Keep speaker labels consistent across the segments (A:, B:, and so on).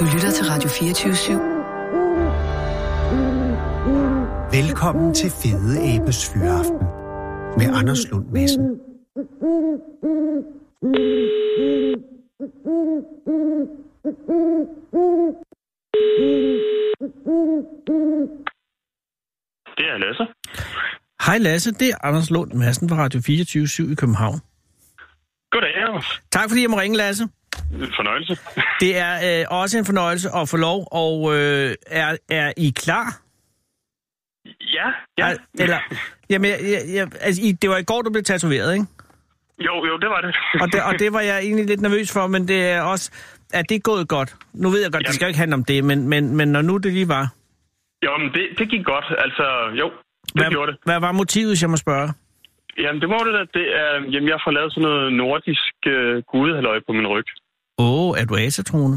A: Du lytter til Radio 24 /7.
B: Velkommen til Fede Abes Fyraften med Anders Lund Madsen.
C: Det er Lasse.
D: Hej Lasse, det er Anders Lund Madsen fra Radio 24 i København.
C: Goddag, Anders.
D: Tak fordi jeg må ringe, Lasse.
C: Fornøjelse.
D: Det er øh, også en fornøjelse at få lov, og øh, er, er I klar?
C: Ja, ja.
D: Er, eller, jamen, jeg, jeg, jeg, altså, I, det var i går, du blev tatoveret, ikke?
C: Jo, jo, det var det.
D: Og det, og det var jeg egentlig lidt nervøs for, men det er også... Er det gået godt? Nu ved jeg godt, jamen. det skal jo ikke handle om det, men, men, men når nu det lige var...
C: Jo, men det, det gik godt. Altså, jo, det
D: Hvad,
C: gjorde det.
D: hvad var motivet, hvis jeg må spørge?
C: Jamen, det må det da. Det er, jamen, jeg får lavet sådan noget nordisk øh, gudehalløj på min ryg.
D: Åh, oh, er du asatrone?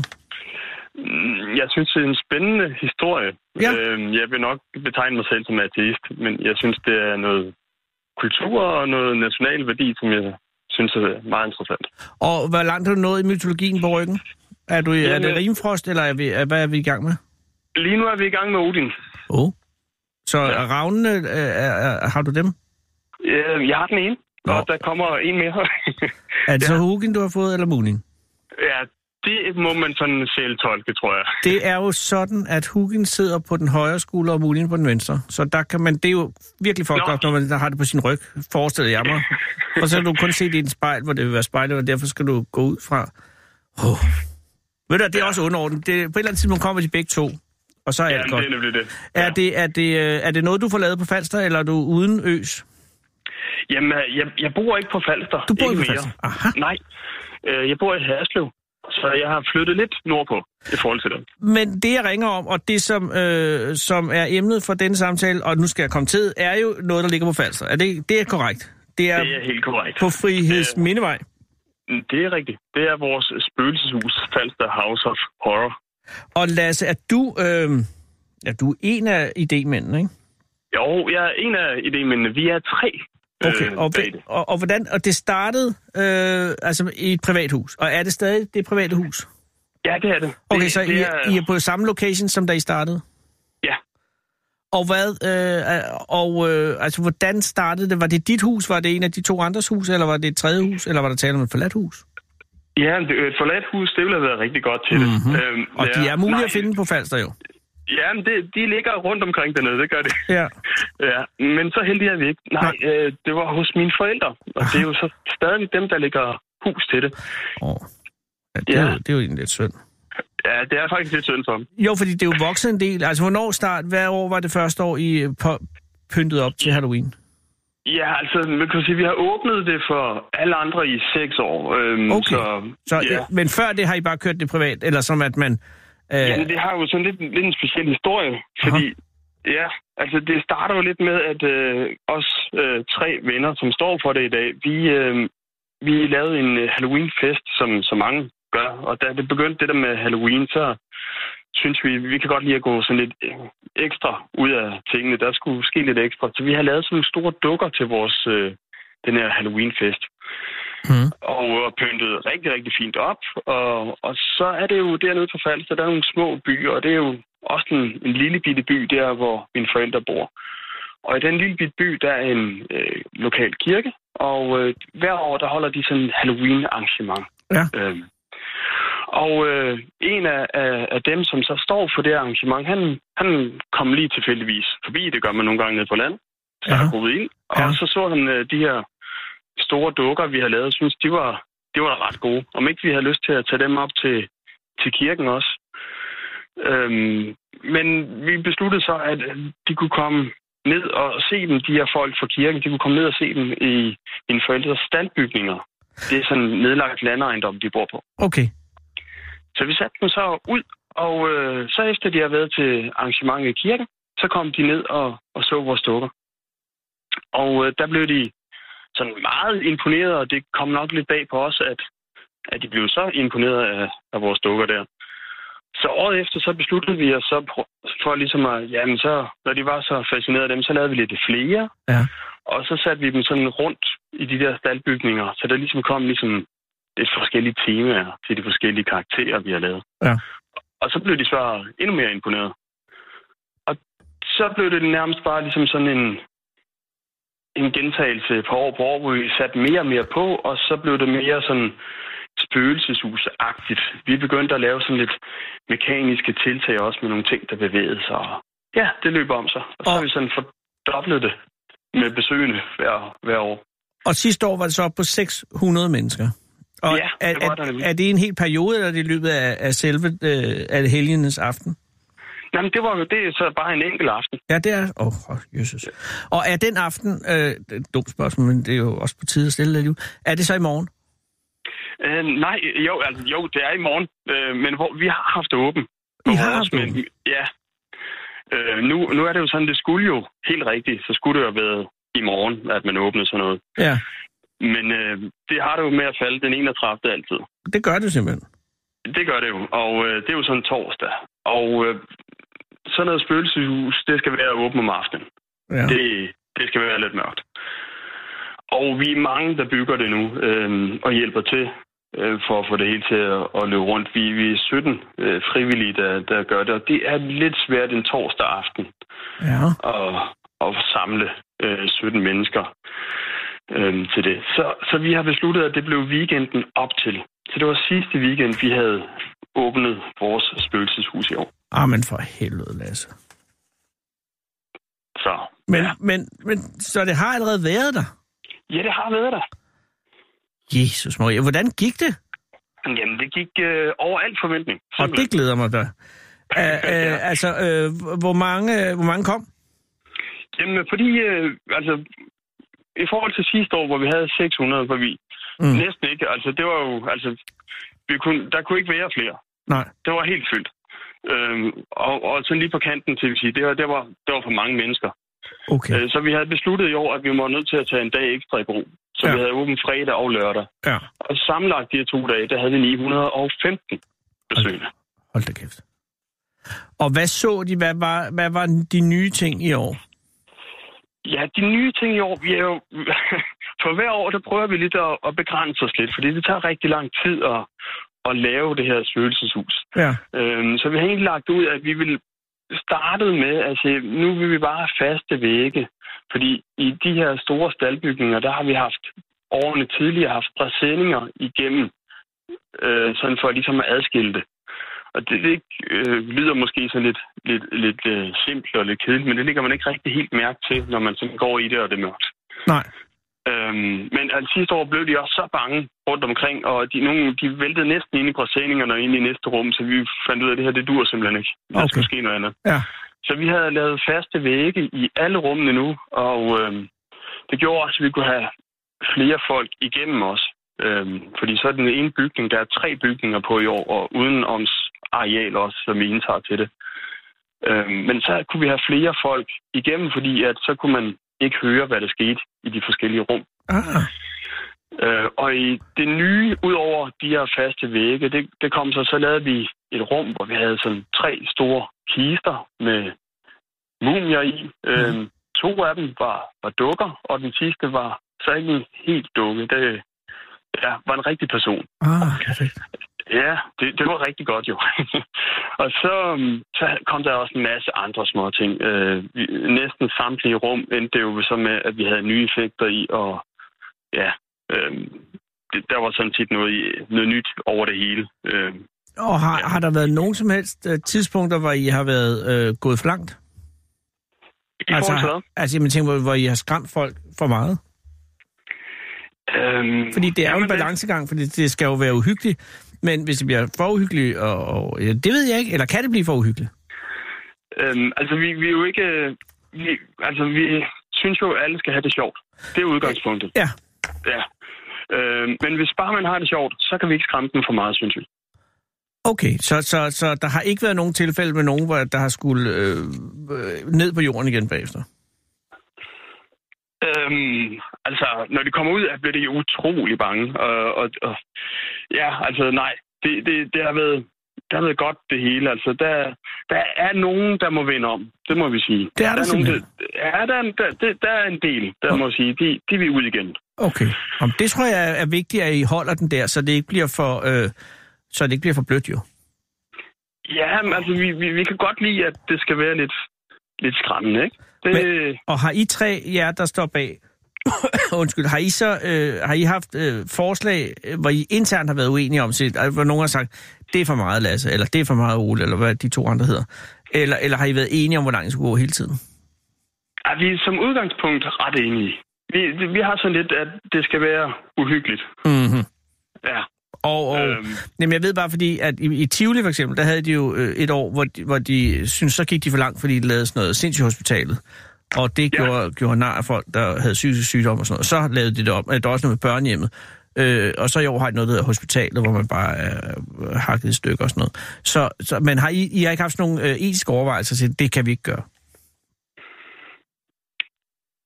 C: Mm, Jeg synes, det er en spændende historie.
D: Ja.
C: Øhm, jeg vil nok betegne mig selv som ateist, men jeg synes, det er noget kultur og noget national værdi, som jeg synes er meget interessant.
D: Og hvor langt har du nået i mytologien på ryggen? Er, du, er det
C: Jamen-
D: rimfrost, eller er vi, er, hvad er vi i gang med?
C: Lige nu er vi i gang med Odin.
D: Åh. Oh. Så
C: Ja.
D: ja. ravnene, øh, er, er, har du dem?
C: Øh, Jeg har den ene,
D: Nå.
C: og der kommer en mere.
D: Er det ja. så Hugin, du har fået, eller Munin?
C: Ja, det må man sådan selv tolke, tror jeg.
D: Det er jo sådan, at Hugin sidder på den højre skulder, og Munin på den venstre. Så der kan man, det er jo virkelig fucked
C: Nå.
D: up, når man har det på sin ryg, forestiller jeg mig. Og så kan du kun se det i et spejl, hvor det vil være spejlet, og derfor skal du gå ud fra... Oh. Ved du, hvad, det er også underordnet. Det, på et eller andet tidspunkt kommer de begge to, og så er
C: Ja,
D: alt
C: men
D: godt.
C: det er nemlig det.
D: Er det, er, det, øh, er det noget, du får lavet på Falster, eller er du uden øs?
C: Jamen, jeg, jeg bor ikke på Falster.
D: Du bor ikke på
C: mere.
D: Falster? Aha.
C: Nej, Øh, jeg bor i Haslev, så jeg har flyttet lidt nordpå i forhold til det.
D: Men det, jeg ringer om, og det, som, øh, som er emnet for denne samtale, og nu skal jeg komme til, er jo noget, der ligger på Falster. Er det, det er korrekt. Det er
C: Det er helt korrekt.
D: på Friheds Mindevej.
C: Det er rigtigt. Det er vores spøgelseshus, Falster House of Horror.
D: Og Lasse, er du, øh, ja, du er en af idémændene, ikke?
C: Jo, jeg er en af idémændene. Vi er tre.
D: Okay,
C: øh,
D: og,
C: bag det.
D: og, og, hvordan, og det startede øh, altså i et privat hus, og er det stadig det private hus?
C: Ja, det er det.
D: Okay,
C: det,
D: så
C: det
D: I,
C: er,
D: I er på samme location, som da I startede?
C: Ja.
D: Og hvad, øh, og øh, altså, hvordan startede det? Var det dit hus? Var det en af de to andres hus? Eller var det et tredje hus? Eller var der tale om et forladt hus?
C: Ja, det, et forladt hus, det ville have været rigtig godt til det.
D: Mhm.
C: Øhm,
D: Og ja, de er mulige
C: nej,
D: nej. at finde på Falster jo.
C: Ja, men det, de ligger rundt omkring dernede, det gør de.
D: Ja.
C: Ja, men så heldig er vi ikke. Nej, øh, det var hos mine forældre, og det er jo så stadig dem, der ligger hus til det.
D: Oh. ja, det, er
C: Ja.
D: jo, det er jo egentlig lidt synd.
C: Ja, det er faktisk lidt synd for dem.
D: Jo, fordi det er jo vokset en del. Altså, hvornår start? Hvad år var det første år, I øh, på, pyntede op til Halloween?
C: Ja, altså, man kan sige, vi har åbnet det for alle andre i seks år. Øhm,
D: Okay.
C: Så,
D: Så,
C: ja.
D: ja. Men før det har I bare kørt det privat? Eller som at man... Øh, ja,
C: Jamen, det har jo sådan lidt, lidt en speciel historie, fordi... Ja, altså det starter jo lidt med, at øh, os øh, tre venner, som står for det i dag, vi, øh, vi lavede en øh, Halloween-fest, som så mange gør. Og da det begyndte det der med Halloween, så synes vi, vi kan godt lide at gå sådan lidt øh, ekstra ud af tingene. Der skulle ske lidt ekstra. Så vi har lavet sådan nogle store dukker til vores øh, den her Halloween-fest.
D: Mhm.
C: Og, og pyntet rigtig, rigtig fint op. Og, og så er det jo dernede på Falster, der er nogle små byer, og det er jo også en, en lille bitte by, der hvor mine forældre bor. Og i den lille bitte by, der er en øh, lokal kirke, og øh, hver år, der holder de sådan en Halloween-arrangement.
D: Ja.
C: Øhm, og øh, en af, af, af dem, som så står for det her arrangement, han, han kom lige tilfældigvis forbi. Det gør man nogle gange nede på landet. Så
D: Ja.
C: ja. hovedet ind. Og
D: Ja.
C: ja. så så han øh, de her store dukker, vi har lavet, og synes, de var, de var da ret gode. Om ikke vi havde lyst til at tage dem op til, til kirken også. Øhm, men vi besluttede så, at øh, de kunne komme ned og se dem, de her folk fra kirken, de kunne komme ned og se dem i mine forældres standbygninger. Det er sådan en nedlagt landejendom, de bor på.
D: okay.
C: Så vi satte dem så ud, og øh, så efter de har været til arrangementet i kirken, så kom de ned og, og så vores dukker. Og øh, der blev de sådan meget imponeret, og det kom nok lidt bag på os, at, at de blev så imponeret af, af vores dukker der. Så året efter, så besluttede vi os så pr- for ligesom at, jamen så, når de var så fascineret af dem, så lavede vi lidt flere.
D: Ja.
C: Og så satte vi dem sådan rundt i de der staldbygninger, så der ligesom kom ligesom lidt forskellige temaer til de forskellige karakterer, vi har lavet.
D: Ja.
C: Og så blev de så endnu mere imponeret. Og så blev det nærmest bare ligesom sådan en, en gentagelse på år på år, hvor vi satte mere og mere på, og så blev det mere sådan spøgelseshusagtigt. Vi begyndte at lave sådan lidt mekaniske tiltag også med nogle ting, der bevægede sig. Og ja, det løb om sig. Og så har vi sådan fordoblet det med besøgende hver, hver år.
D: Og sidste år var det så op på 600 mennesker. Og
C: Ja,
D: er,
C: det var der
D: er,
C: nemlig.
D: er det en hel periode, eller er det i løbet af, af selve øh, af helgenes aften?
C: Jamen, det var jo det er så bare en enkelt aften.
D: Ja, det er... Åh, oh, Jesus. Og er den aften... Øh, det er et dumt spørgsmål, men det er jo også på tide at stille det alligevel. Er det så i morgen?
C: Øh, nej, jo, altså, jo, det er i morgen, øh, men hvor, vi har haft det åbent.
D: I
C: Og
D: har
C: vores-
D: haft det
C: men-
D: åbent?
C: Ja. Øh, nu, nu er det jo sådan, det skulle jo helt rigtigt, så skulle det jo have været i morgen, at man åbnede sådan noget.
D: Ja,
C: Men øh, det har det jo med at falde den 31. altid.
D: det gør det simpelthen.
C: Det gør det jo, og øh, det er jo sådan torsdag. Og øh, sådan noget spøgelseshus, det skal være åbent om aftenen.
D: Ja.
C: Det, det skal være lidt mørkt. Og vi er mange, der bygger det nu øh, og hjælper til øh, for at få det hele til at, at løbe rundt. Vi, vi er 17 øh, frivillige, der, der gør det, og det er lidt svært en torsdag aften
D: ja.
C: at, at samle øh, 17 mennesker øh, til det. Så, så vi har besluttet, at det blev weekenden op til. Så det var sidste weekend, vi havde åbnet vores spøgelseshus i år.
D: Ah, men for helvede, Lasse.
C: Så
D: Men, ja. men, men, så det har allerede været der?
C: ja, det har været der.
D: Jesus Maria, hvordan gik det?
C: Jamen, det gik øh, over alt forventning.
D: Og
C: simpelthen.
D: det glæder mig da. Æ, øh, altså, øh, hvor, mange, øh, hvor mange kom?
C: Jamen, fordi, øh, altså, i forhold til sidste år, hvor vi havde 600, hvor vi
D: Mm.
C: mm. næsten ikke, altså, det var jo, altså, vi kunne, der kunne ikke være flere.
D: Nej.
C: Det var helt fyldt. Øhm, og, og sådan lige på kanten til at sige, det, var, det, var, det var for mange mennesker.
D: Okay.
C: Øh, så vi havde besluttet i år, at vi var nødt til at tage en dag ekstra i brug. Så
D: Ja.
C: ja. vi havde åben fredag og lørdag.
D: Ja.
C: Og sammenlagt de her to dage, der havde vi 915 besøgende.
D: Hold da kæft. Og hvad så de? Hvad var, hvad var de nye ting i år?
C: Ja, de nye ting i år, vi er jo... For hver år, der prøver vi lidt at, at begrænse os lidt, fordi det tager rigtig lang tid at, at lave det her spøgelseshus.
D: Ja.
C: Øhm, så vi har egentlig lagt ud, at vi vil starte med, altså nu vil vi bare have faste vægge, fordi i de her store staldbygninger, der har vi haft årene tidligere haft præsendinger igennem, øh, sådan for ligesom at adskille det. Og det, det øh, lyder måske sådan lidt, lidt, lidt øh, simpelt og lidt kedeligt, men det ligger man ikke rigtig helt mærke til, når man sådan går i det, og det er mørkt.
D: Nej.
C: Øhm, men altså, sidste år blev de også så bange rundt omkring, og de, nogle, de væltede næsten ind i præsendingerne og ind i næste rum, så vi fandt ud af, at det her, det dur simpelthen ikke. Der
D: Okay.
C: okay. skulle ske noget andet.
D: Ja.
C: Så vi havde lavet faste vægge i alle rummene nu, og øhm, det gjorde også, at vi kunne have flere folk igennem os. Øhm, fordi så er den ene bygning, der er tre bygninger på i år, og udenoms areal også, som vi indtager til det. Øhm, men så kunne vi have flere folk igennem, fordi at så kunne man ikke høre, hvad der skete i de forskellige rum.
D: Ah,
C: Øh, og i det nye, udover de her faste vægge, det, det kom så, så lavede vi et rum, hvor vi havde sådan tre store kister med mumier i. Øh, To af dem var, var dukker, og den sidste var så ikke en helt dukke. Det ja, var en rigtig person.
D: ah, perfekt.
C: Ja, det, det var rigtig godt jo. og så, øhm, så kom der også en masse andre små ting. Øh, vi- næsten samtlige rum endte det jo så med, at vi havde nye effekter i, og ja, øh, det, der var sådan set noget, i- noget nyt over det hele. Øh,
D: Og har, har der været nogen som helst øh, tidspunkter, hvor I har været øh, gået for langt?
C: I altså, forhold til hvad?
D: har- altså jeg tænker, hvor, hvor I har skræmt folk for meget?
C: Øhm,
D: Fordi det er jo en
C: jamen,
D: balancegang, fordi det skal jo være uhyggeligt. Men hvis det bliver for uhyggeligt, og, og ja, det ved jeg ikke, eller kan det blive for uhyggeligt?
C: Øhm, altså, vi, vi er jo ikke... øh, Vi, altså, vi synes jo, at alle skal have det sjovt. Det er udgangspunktet.
D: Ja.
C: Ja. Øhm, men hvis bare man har det sjovt, så kan vi ikke skræmme dem for meget, synes vi.
D: Okay, så, så, så der har ikke været nogen tilfælde med nogen, hvor der har skulle øh, øh, ned på jorden igen bagefter?
C: Øhm, altså, når de kommer ud, er- bliver de jo utrolig bange. Og, og, og, ja, altså nej, det, det, det har været... Der har været godt det hele. Altså, der, der er nogen, der må vinde om. Det må vi sige.
D: Det er der
C: der er nogen, der,
D: simpelthen.
C: ja, der, er en- der, der, der er en del, der må sige, de, de vil ud igen.
D: Okay. Om det tror jeg er vigtigt, at I holder den der, så det ikke bliver for, øh, så det ikke bliver for blødt jo.
C: Ja, men altså, vi, vi, vi kan godt lide, at det skal være lidt, lidt skræmmende, ikke? Det, men...
D: Og har I tre jer, der står bag, undskyld, har I så øh, har I haft øh, forslag, øh, hvor I internt har været uenige om, sit, øh, hvor nogen har sagt, det er for meget Lasse, eller det er for meget Ole, eller hvad de to andre hedder? Eller, eller har I været enige om, hvor langt I skulle gå hele tiden?
C: Er vi er som udgangspunkt ret enige. Vi, vi har sådan lidt, at det skal være uhyggeligt.
D: Mm-hmm.
C: Ja.
D: Og, og øhm.
C: Øhm.
D: jamen, jeg ved bare, fordi at i, i Tivoli for eksempel, der havde de jo øh, et år, hvor de, hvor de synes, så gik de for langt, fordi de lavede sådan noget sindssygt hospitalet. Og det
C: Ja.
D: gjorde, gjorde nar af folk, der havde psykisk sygdom og sådan noget. Så lavede de det om. Øh, Der er også noget med børnehjemmet. Øh, og så i år har de noget, der hedder hospitalet, hvor man bare er øh, hakket i stykker og sådan noget. Så, så, men har I, I har ikke haft sådan nogle øh, etiske overvejelser til, det kan vi ikke gøre?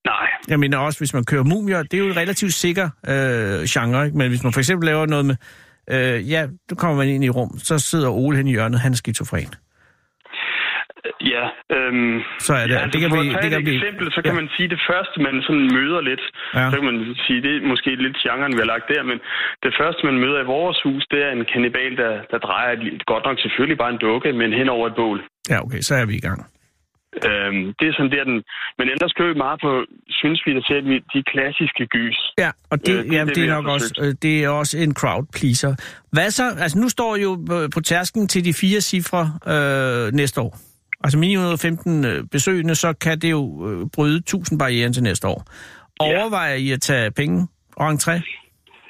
C: Nej.
D: Jeg mener også, hvis man kører mumier, det er jo en relativt sikker øh, genre, ikke? men hvis man for eksempel laver noget med, øh, ja, du kommer man ind i et rum, så sidder Ole hen i hjørnet, han er skizofren.
C: Ja, øhm,
D: Så er det, ja,
C: altså,
D: det kan
C: for at
D: blive,
C: tage
D: det kan
C: et
D: blive,
C: eksempel, så
D: ja.
C: kan man sige, det første, man sådan møder lidt,
D: Ja.
C: ja. så kan man sige, det er måske lidt genren, vi har lagt der, men det første, man møder i vores hus, det er en kannibal, der, der drejer et, godt nok selvfølgelig bare en dukke, men hen over et bål.
D: ja, okay, så er vi i gang.
C: Øhm, det er sådan der, den... Men ellers kører vi meget på, synes vi, der ser vi de klassiske gys.
D: Ja, og
C: Øh,
D: det,
C: det
D: øh,
C: er
D: jamen,
C: det,
D: det, er
C: vi har
D: nok også,
C: forsøgt.
D: øh, det er også en crowd pleaser. Hvad så? Altså, nu står I jo øh, på tærsken til de fire cifre øh, næste år. Altså minimum 115 øh, besøgende, så kan det jo øh, bryde 1000 barrieren til næste år. Overvejer I at tage penge og entré?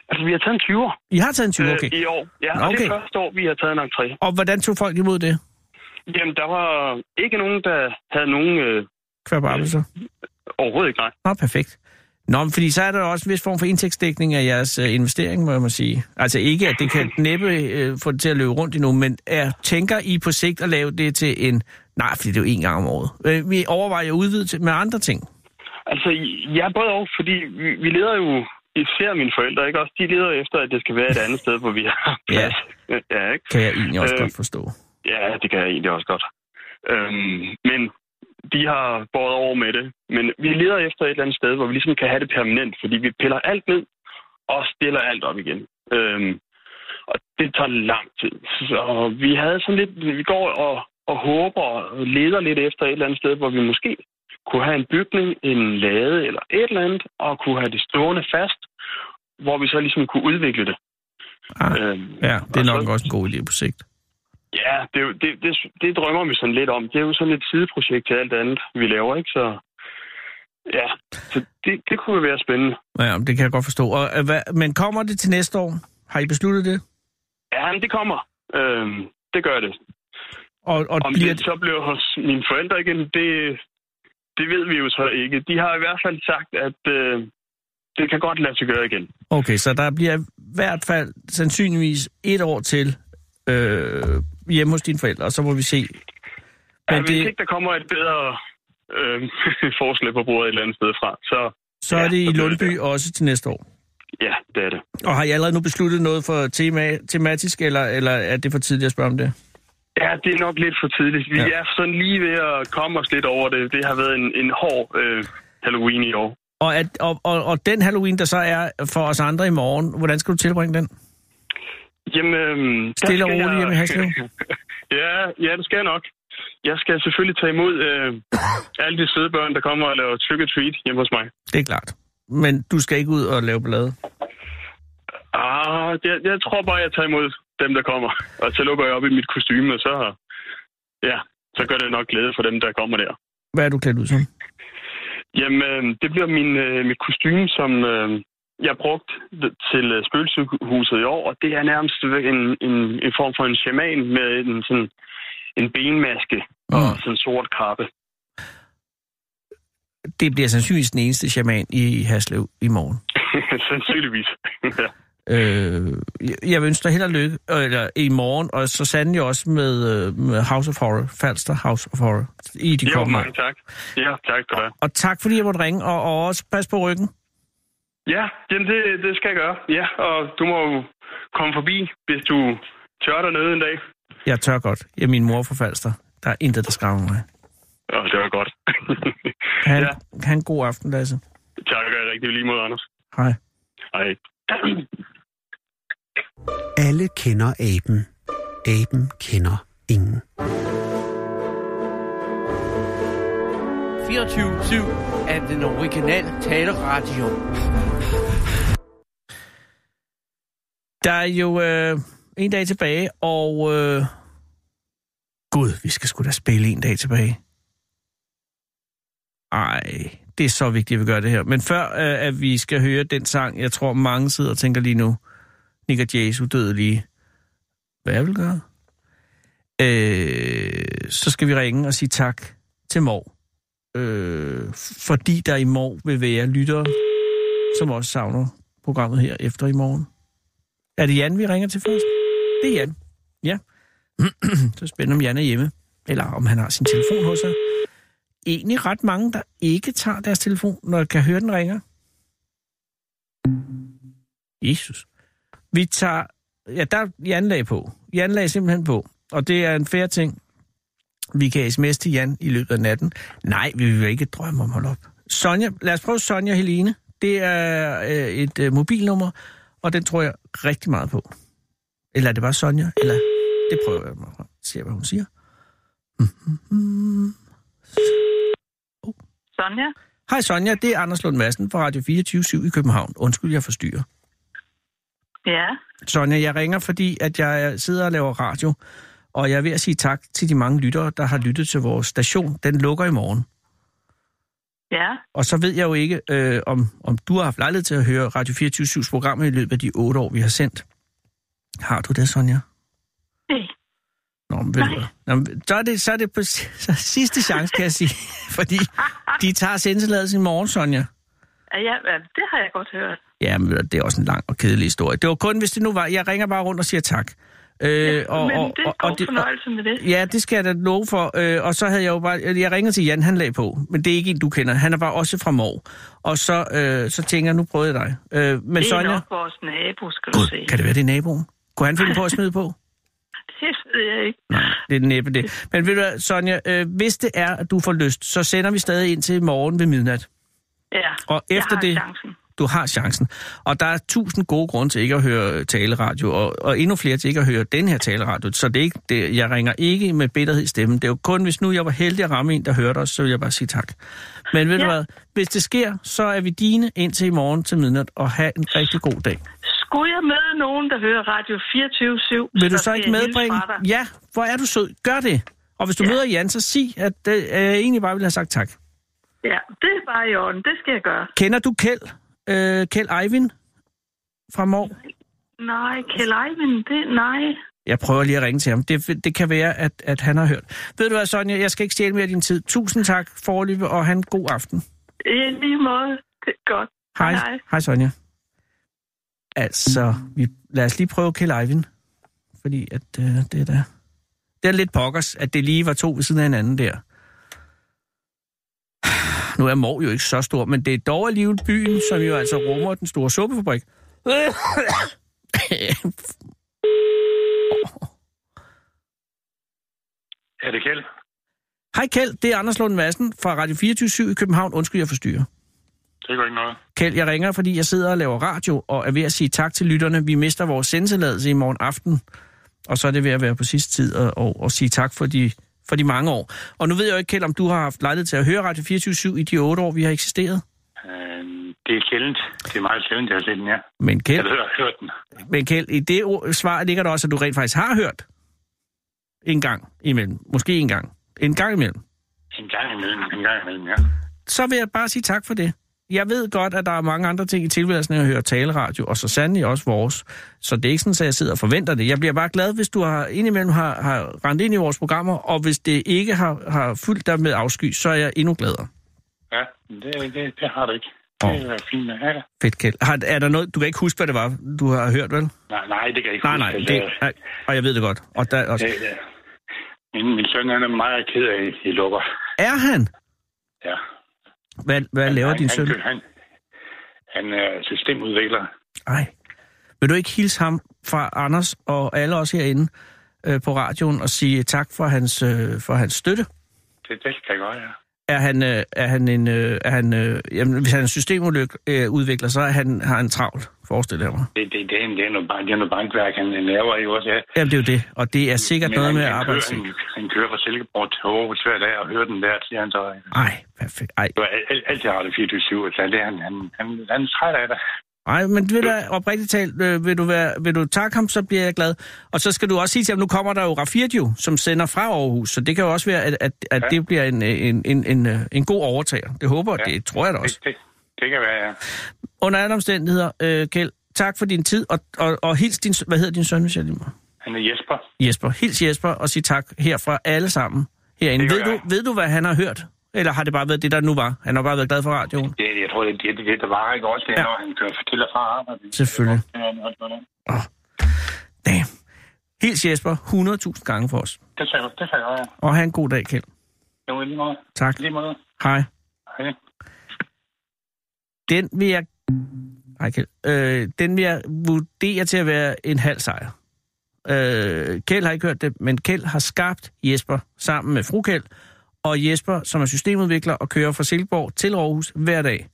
C: Altså, vi har taget en 20'er
D: I har taget en 20,
C: øh,
D: Mm, okay.
C: i år. Ja,
D: Nå,
C: og det
D: okay.
C: er første år, vi har taget en entré.
D: Og hvordan tog folk imod det?
C: Jamen, der var ikke nogen, der havde nogen... Øh,
D: Kvababelser?
C: overhovedet ikke, nej.
D: Nå, perfekt. Nå, men fordi så er der jo også en vis form for indtægtsdækning af jeres øh, investering, må jeg må sige. Altså ikke, at det kan næppe øh, få det til at løbe rundt endnu, men er, tænker I på sigt at lave det til en... Nej, fordi det er jo én gang om året. Øh, vi overvejer at udvide til, med andre ting.
C: Altså, ja, både og, fordi vi, vi leder jo... Især mine forældre, ikke også? De leder efter, at det skal være et andet sted, hvor vi har
D: Ja.
C: plads. ja ikke?
D: Kan jeg egentlig også øh,
C: Øh,
D: godt forstå.
C: Ja, det kan jeg egentlig også godt. Øhm, men de har båret over med det. Men vi leder efter et eller andet sted, hvor vi ligesom kan have det permanent, fordi vi piller alt ned og stiller alt op igen. Øhm, og det tager lang tid. Så vi havde sådan lidt, vi går og, og håber og leder lidt efter et eller andet sted, hvor vi måske kunne have en bygning, en lade eller et eller andet, og kunne have det stående fast, hvor vi så ligesom kunne udvikle det.
D: Ah,
C: Øhm,
D: ja, det er
C: og
D: nok
C: så-
D: også en god idé på sigt.
C: Ja, det, er jo- det, det, det drømmer vi sådan lidt om. Det er jo sådan et sideprojekt til alt andet, vi laver, ikke? Så ja, så det, det kunne jo være spændende.
D: Ja, det kan jeg godt forstå. Og, øh, hvad, men kommer det til næste år? Har I besluttet det?
C: Ja, men det kommer. Øhm, det gør det.
D: Og, og
C: Om
D: bliver
C: det så bliver hos mine forældre igen, det, det ved vi jo så ikke. De har i hvert fald sagt, at øh, det kan godt lade sig gøre igen.
D: Okay, så der bliver i hvert fald sandsynligvis et år til øh, hjemme hos dine forældre, og så må vi se.
C: Men
D: Men
C: ja, hvis
D: det,
C: ikke der kommer et bedre øh, forslag på bordet et eller andet sted fra, så
D: så er det
C: ja,
D: i
C: så bliver det
D: Lundby også til næste år.
C: ja, det er det.
D: Og har I allerede nu besluttet noget for tema, tematisk, eller, eller er det for tidligt at spørge om det?
C: Ja, det er nok lidt for tidligt. Vi
D: Ja.
C: ja. er sådan lige ved at komme os lidt over det. Det har været en, en hård øh, Halloween i år.
D: Og, at, og, og, og den Halloween, der så er for os andre i morgen, hvordan skal du tilbringe den?
C: Jamen, øhm, der
D: Stille og
C: skal
D: roligt
C: jeg-
D: hjemme i Haslev?
C: ja, ja, det skal jeg nok. Jeg skal selvfølgelig tage imod øh, alle de søde børn, der kommer og laver trick or treat hjemme hos mig.
D: Det er klart. Men du skal ikke ud og lave ballade.
C: Ah, jeg, jeg tror bare, jeg tager imod dem, der kommer. Og så lukker jeg op i mit kostume, og så, ja, så gør det nok glæde for dem, der kommer der.
D: Hvad er du klædt ud
C: Mm.
D: som?
C: Jamen, øh, det bliver min, øh, mit kostume, som øh, jeg brugte til øh, spøgelsehuset i år, og det er nærmest en, en, en form for en shaman med en, sådan, en benmaske og
D: Mm.
C: sådan en sort kappe.
D: Det bliver sandsynligvis den eneste shaman i Haslev i morgen.
C: Sandsynligvis. ja.
D: Øh, jeg, jeg vil ønske dig held og lykke øh, eller, i morgen, og så sandelig også med, øh, med House of Horror, Falster House of Horror, i de
C: Jo,
D: kommende år.
C: mange tak. Ja, tak for det.
D: Og tak fordi jeg måtte ringe, og, og også pas på ryggen.
C: Ja, jamen det, det skal jeg gøre. Ja, og du må jo komme forbi, hvis du tør dernede en dag.
D: Jeg tør godt. Jeg er min mor fra Falster. Der er intet, der skræmmer mig.
C: Og det var godt.
D: Han,
C: Ja.
D: ja. han god aften, Lasse.
C: tak, og rigtig lige mod, Anders.
D: Hej.
C: Hej.
B: Alle kender aben. Aben kender ingen.
E: 24-7 af den originale taleradio.
D: Der er jo øh, en dag tilbage, og... Øh, Gud, vi skal sgu da spille en dag tilbage. Ej, det er så vigtigt, at vi gør det her. Men før øh, at vi skal høre den sang, jeg tror mange sidder og tænker lige nu, Nick og Jays udødelige, hvad jeg vil gøre, øh, så skal vi ringe og sige tak til Mor. Øh, fordi der i Mor vil være lyttere, som også savner programmet her efter i morgen. Er det Jan, vi ringer til først? Det er Jan. Ja. så spændende, om Jan er hjemme. Eller om han har sin telefon hos sig. Egentlig ret mange, der ikke tager deres telefon, når jeg kan høre, den ringer. Jesus. Vi tager... Ja, der er Jan lag på. Jan lag simpelthen på. Og det er en fair ting. Vi kan sms til Jan i løbet af natten. Nej, vi vil jo ikke drømme om at holde op. Sonja, lad os prøve Sonja Helene. Det er øh, et øh, mobilnummer, og den tror jeg rigtig meget på. Eller er det bare Sonja? Eller det prøver jeg mig frem. Se, hvad hun siger. Mhm.
F: Sonja?
D: Hej Sonja, det er Anders Lund Madsen fra Radio 24 i København. Undskyld, jeg forstyrrer.
F: Ja.
D: Sonja, jeg ringer, fordi at jeg sidder og laver radio, og jeg er ved at sige tak til de mange lyttere, der har lyttet til vores station. Den lukker i morgen.
F: Ja.
D: Og så ved jeg jo ikke, øh, om, om du har haft lejlighed til at høre Radio 24 programmer i løbet af de otte år, vi har sendt. Har du det, Sonja?
F: Nej.
D: Nå, men ved du hvad? Nå, men så, er det, så er det på si- så sidste chance, kan jeg sige. Fordi de tager sendtilladelsen i morgen, Sonja.
F: Ja, ja, det har jeg godt hørt.
D: Ja, men ved du, det er også en lang og kedelig historie. Det var kun, hvis det nu var... Jeg ringer bare rundt og siger tak. Øh,
F: Men det er god
D: det-
F: fornøjelse med det.
D: Ja, det skal jeg da love for. Øh, og så havde jeg jo bare... Jeg ringede til Jan, han lag på. Men det er ikke en, du kender. Han er bare også fra Norge. Og så, øh, så tænker jeg, nu prøvede jeg dig. Øh, men
F: Det er
D: Sonja...
F: nok vores nabo, skal du se.
D: Gud, kan det være, det er naboen? Kunne han finde på at smide på?
F: Det ved jeg ikke.
D: Nej, det er næppe det. Men ved du hvad, Sonja, øh, hvis det er, at du får lyst, så sender vi stadig ind til i morgen ved midnat.
F: Ja,
D: Og efter
F: jeg har
D: det-
F: chancen.
D: Du har chancen. Og der er tusind gode grunde til ikke at høre øh, taleradio, og, og endnu flere til ikke at høre den her taleradio. Så det er ikke, det, jeg ringer ikke med bitterhed i stemmen. Det er jo kun, hvis nu jeg var heldig at ramme en, der hørte os, så vil jeg bare sige tak. Men ved ja. du
F: Ja.
D: hvad, hvis det sker, så er vi dine indtil i morgen til midnat, og have en rigtig god dag.
F: Skulle jeg møde nogen, der hører Radio 24
D: Vil du så ikke medbringe? Ja, hvor er du sød. Gør det. Og hvis du ja. møder Jan, så sig, at øh, jeg egentlig bare ville have sagt tak.
F: ja, det er bare i orden. Det skal jeg gøre.
D: Kender du Kjeld? Øh, Kjeld Eivind fra Mor?
F: Nej, Kjell Eivind, det... Nej.
D: Jeg prøver lige at ringe til ham. Det, det kan være, at, at han har hørt. Ved du hvad, Sonja, jeg skal ikke stjæle mere af din tid. Tusind tak forløbet, og han god aften.
F: I lige måde. Det er godt.
D: Hej.
F: Hej.
D: Hej, Sonja. Altså, vi, lad os lige prøve Kjell Eivind. Fordi at, øh, det er da... Det er lidt pokkers, at det lige var to ved siden af hinanden der. Nu er Mor jo ikke så stor, men det er dog alligevel byen, som jo altså rummer den store suppefabrik.
C: Er det Kjeld?
D: Hej Kjeld, det er Anders Lund Madsen fra Radio 24 i København. Undskyld, jeg forstyrrer.
C: Det gør ikke noget.
D: Kjeld, jeg ringer, fordi jeg sidder og laver radio og er ved at sige tak til lytterne. Vi mister vores sendtilladelse i morgen aften, og så er det ved at være på sidste tid og, og, og sige tak for de, for de mange år. Og nu ved jeg jo ikke, Kjeld, om du har haft lejlighed til at høre Radio 24 i de otte år, vi har eksisteret.
G: Øh, det er sjældent. Det er meget sjældent, jeg har set den, ja.
D: Men
G: Jeg
D: Kjeld,
G: har hørt- hørt den.
D: men Kjeld i det ord, svar ligger der også, at du rent faktisk har hørt en gang imellem. Måske en gang. En gang imellem.
G: En gang imellem, en gang imellem, ja.
D: så vil jeg bare sige tak for det. Jeg ved godt, at der er mange andre ting i tilværelsen, end at høre taleradio, og så sandelig også vores. Så det er ikke sådan, at jeg sidder og forventer det. Jeg bliver bare glad, hvis du har indimellem har, har rendt ind i vores programmer, og hvis det ikke har, har fulgt dig med afsky, så er jeg endnu gladere.
G: Ja, men det, det, det har det ikke.
D: Åh.
G: Det er fint, ja. ja.
D: Fedt, Kjeld. Har, er der noget, du kan ikke huske, hvad det var, du har hørt, vel?
G: Nej, nej, det kan jeg ikke
D: Nej, nej,
G: huske.
D: det,
G: Altså,
D: nej og jeg ved det godt. Og der, også.
G: øh, øh, min, min søn han er meget ked af, at I lukker.
D: Er han?
G: Ja.
D: Hvad, hvad laver
G: han,
D: din
G: han,
D: søn?
G: Han, han er systemudvikler.
D: Ej. Vil du ikke hilse ham fra Anders og alle os herinde øh, på radioen og sige tak for hans, øh, for hans støtte?
G: Det, det kan jeg godt, ja.
D: Er han, øh, er han en, øh, er han, øh, jamen, hvis han er systemudvikler, øh, udvikler, så er han, har han travlt. forestiller jeg mig.
G: Det, det, det, er en- det, er noget, det er noget bankværk, han han laver i også, ja.
D: Jamen, det er jo det. Og det er sikkert
G: Men
D: noget
G: han-
D: med
G: han kører-
D: arbejde.
G: Han, han kører fra Silkeborg til Aarhus hver dag og hører den der, siger han så.
D: Ej, perfekt. Ej,
G: Det var al- al- altid Radio 24-7, så det er han, han, han, han er træt af det.
D: Ej, men ved du, oprigtigt talt, øh, vil du, være, vil du takke ham, så bliver jeg glad. Og så skal du også sige til ham, nu kommer der jo Rafirdio, som sender fra Aarhus, så det kan jo også være, at, at, at ja. det bliver en, øh, en, en, en, øh, en god overtager. Det håber jeg, ja.
G: Ja.
D: det tror jeg da også.
G: Det, det, det kan være, ja.
D: Under alle omstændigheder, øh, Kjeld, tak for din tid, og, og, og hils din, s- hvad hedder din søn, hvis jeg lige må?
G: Han er Jesper.
D: Jesper. Hils Jesper og sig tak herfra alle sammen herinde.
G: Det
D: Ved
G: gør
D: du,
G: jeg.
D: ved du, hvad han har hørt? Eller har det bare været det, der nu var? Han har bare været glad for radioen.
G: Det, jeg tror, det er det, det, der var ikke også, det er,
D: Ja.
G: når han kører til og fra arbejde.
D: Selvfølgelig.
G: Det, er han også noget af.
D: Damn. Hils Jesper 100.000 gange for os.
G: det sagde jeg, det sagde jeg, ja.
D: Og have en god dag, Kjeld.
G: Det var lige måde.
D: Tak.
G: Lige måde.
D: Hej.
G: Hej.
D: Den vil jeg... Hej, Kjeld. Øh, den vil jeg vurdere til at være en halv sejr. Øh, Kjeld har ikke hørt det, men Kjeld har skabt Jesper sammen med fru Kjeld, og Jesper, som er systemudvikler og kører fra Silkeborg til Aarhus hver dag.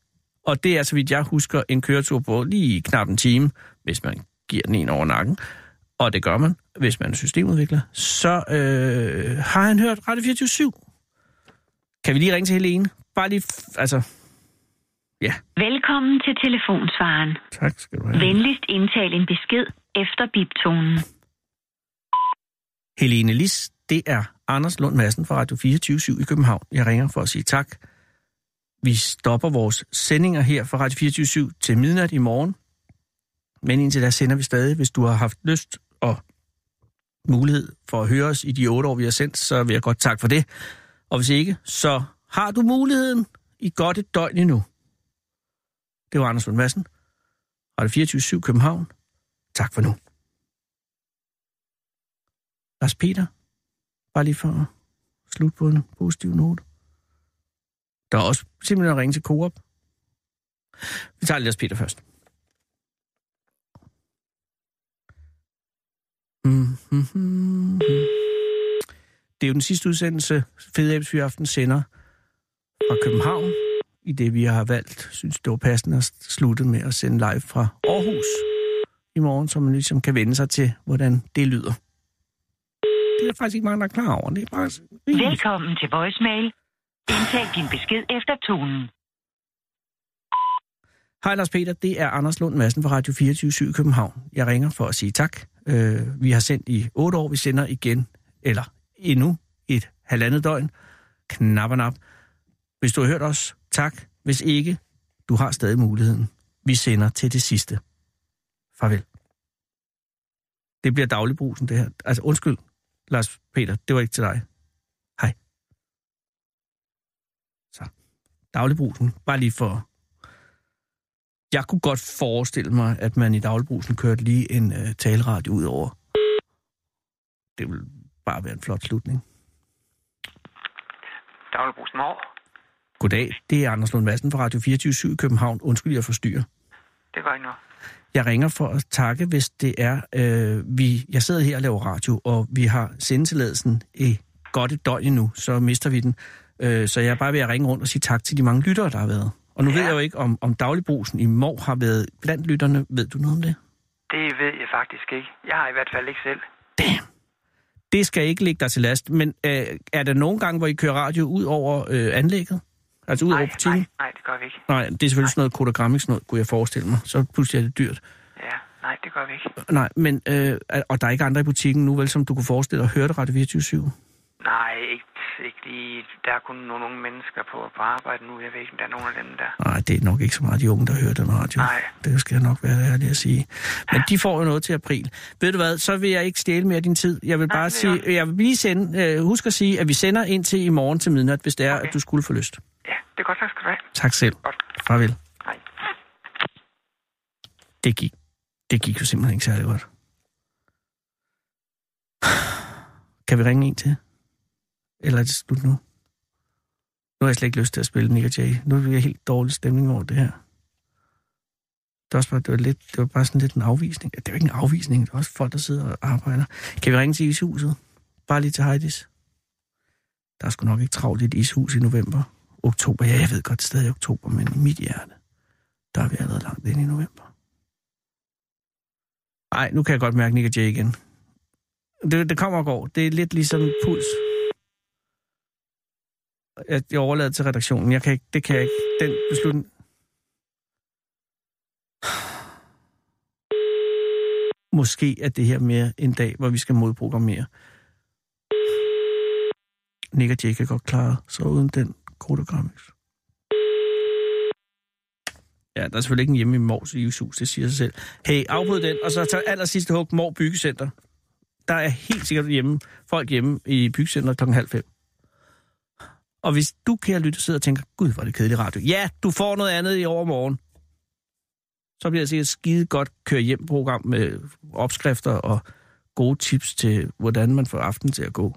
D: Og det er, så vidt jeg husker, en køretur på lige knap en time, hvis man giver den en over nakken. Og det gør man, hvis man er systemudvikler. Så øh, har han hørt Radio 24 Kan vi lige ringe til Helene? Bare lige, f- altså,
H: Velkommen til telefonsvaren.
D: tak skal du have.
H: Venligst indtal en besked efter biptonen.
D: Helene Lis, det er Anders Lund Madsen fra Radio 24 i København. Jeg ringer for at sige tak. Vi stopper vores sendinger her fra Radio 24 til midnat i morgen. Men indtil da sender vi stadig, hvis du har haft lyst og mulighed for at høre os i de otte år, vi har sendt, så vil jeg godt takke for det. Og hvis ikke, så har du muligheden i godt et døgn endnu. Det var Anders Lund Madsen, Radio 24 København. Tak for nu. Lars Peter, bare lige for at slutte på en positiv note. Der er også simpelthen at ringe til Coop. Vi tager lige Lars Peter først. Mhm. Det er jo den sidste udsendelse, Fede Abes Fyraften sender fra København, i det vi har valgt, synes det var passende at slutte med at sende live fra Aarhus i morgen, så man ligesom kan vende sig til, hvordan det lyder. Det er der faktisk ikke mange, der er klar over. Det er bare rimeligt.
H: Velkommen til voicemail. Indtal din besked efter tonen.
D: Hej Lars Peter, det er Anders Lund Madsen fra Radio 24 i København. Jeg ringer for at sige tak. Øh, vi har sendt i otte år, vi sender igen, eller endnu et halvandet døgn. Knap og nap. Hvis du har hørt os, tak. Hvis ikke, du har stadig muligheden. Vi sender til det sidste. Farvel. Det bliver dagligbrusen, det her. Altså undskyld, Lars Peter, det var ikke til dig. Hej. Så, dagligbrusen. Bare lige for jeg kunne godt forestille mig, at man i dagligbrusen kørte lige en øh, taleradio ud over. Det ville bare være en flot slutning.
I: Dagligbrusen over.
D: Goddag, det er Anders Lund Madsen fra Radio 24 i København. Undskyld, jeg forstyrrer.
I: Det gør ikke noget.
D: Jeg ringer for at takke, hvis det er... Øh, vi, jeg sidder her og laver radio, og vi har sendetilladelsen i godt et døgn nu, så mister vi den. Øh, så jeg er bare ved at ringe rundt og sige tak til de mange lyttere, der har været. Og nu ja. ved jeg jo ikke, om, om dagligbrusen i Mor har været blandt lytterne. Ved du noget om det?
I: Det ved jeg faktisk ikke. Jeg har i hvert fald ikke selv.
D: Det skal ikke ligge dig til last, men øh, er der nogle gange, hvor I kører radio ud over øh, anlægget? Altså ud over
I: Nej, nej,
D: butikken?
I: nej, det gør vi ikke.
D: Nej, det er selvfølgelig sådan noget kodogrammik, sådan noget, kunne jeg forestille mig. Så pludselig er det dyrt.
I: Ja, nej, det gør vi ikke.
D: Nej, men, øh, og der er ikke andre i butikken nu, vel, som du kunne forestille dig at høre det Radio 24
I: Nej, ikke, ikke lige. Der er kun nogle unge mennesker på, på arbejde nu. Jeg ved ikke, om der er nogen af dem der.
D: Nej, det er nok ikke så meget de unge, der hører den radio.
I: Nej.
D: Det skal jeg nok være ærlig at sige. Men de får jo noget til april. Ved du hvad, så vil jeg ikke stjæle mere af din tid. Jeg vil bare
I: det er
D: sige, jeg vil lige sende, øh, husk at sige, at vi sender ind til i morgen til midnat, hvis det er, okay.
I: Okay.
D: at du skulle få lyst.
I: Ja, det er godt, tak skal du have.
D: Tak selv.
I: Godt.
D: Farvel.
I: Hej.
D: Det gik, det gik jo simpelthen ikke særlig godt. Kan vi ringe en til? Eller er det slut nu? Nu har jeg slet ikke lyst til at spille Nick og Jay. Nu er jeg helt dårlig stemning over det her. Det var, også bare, det, var lidt, det var bare sådan lidt en afvisning. Det er jo ikke en afvisning, det er også folk, der sidder og arbejder. Kan vi ringe til ishuset? Bare lige til Heidis. Der er sgu nok ikke travlt i et ishus i november. Oktober, ja, jeg ved godt stadig oktober, men i mit hjerte, der er vi allerede langt ind i november. Ej, nu kan jeg godt mærke Nick og Jay igen. Det, det kommer og går. Det er lidt ligesom puls. Jeg, jeg overlader til redaktionen. Jeg kan ikke, det kan jeg ikke. Den beslutning... Måske er det her mere en dag, hvor vi skal modprogrammere. Nick og Jay kan godt klare så uden den kodogrammiks. Ja, der er selvfølgelig ikke en hjemme i Mors i hus, det siger sig selv. Hey, afbryd den, og så tager aller sidste hug Mor Byggecenter. Der er helt sikkert hjemme, folk hjemme i byggecenter klokken halv fem. Og hvis du, kære lytte, sidder og tænker, gud, hvor er det kedelig radio. Ja, du får noget andet i overmorgen. Så bliver det sikkert et skide godt køre hjem program med opskrifter og gode tips til, hvordan man får aftenen til at gå.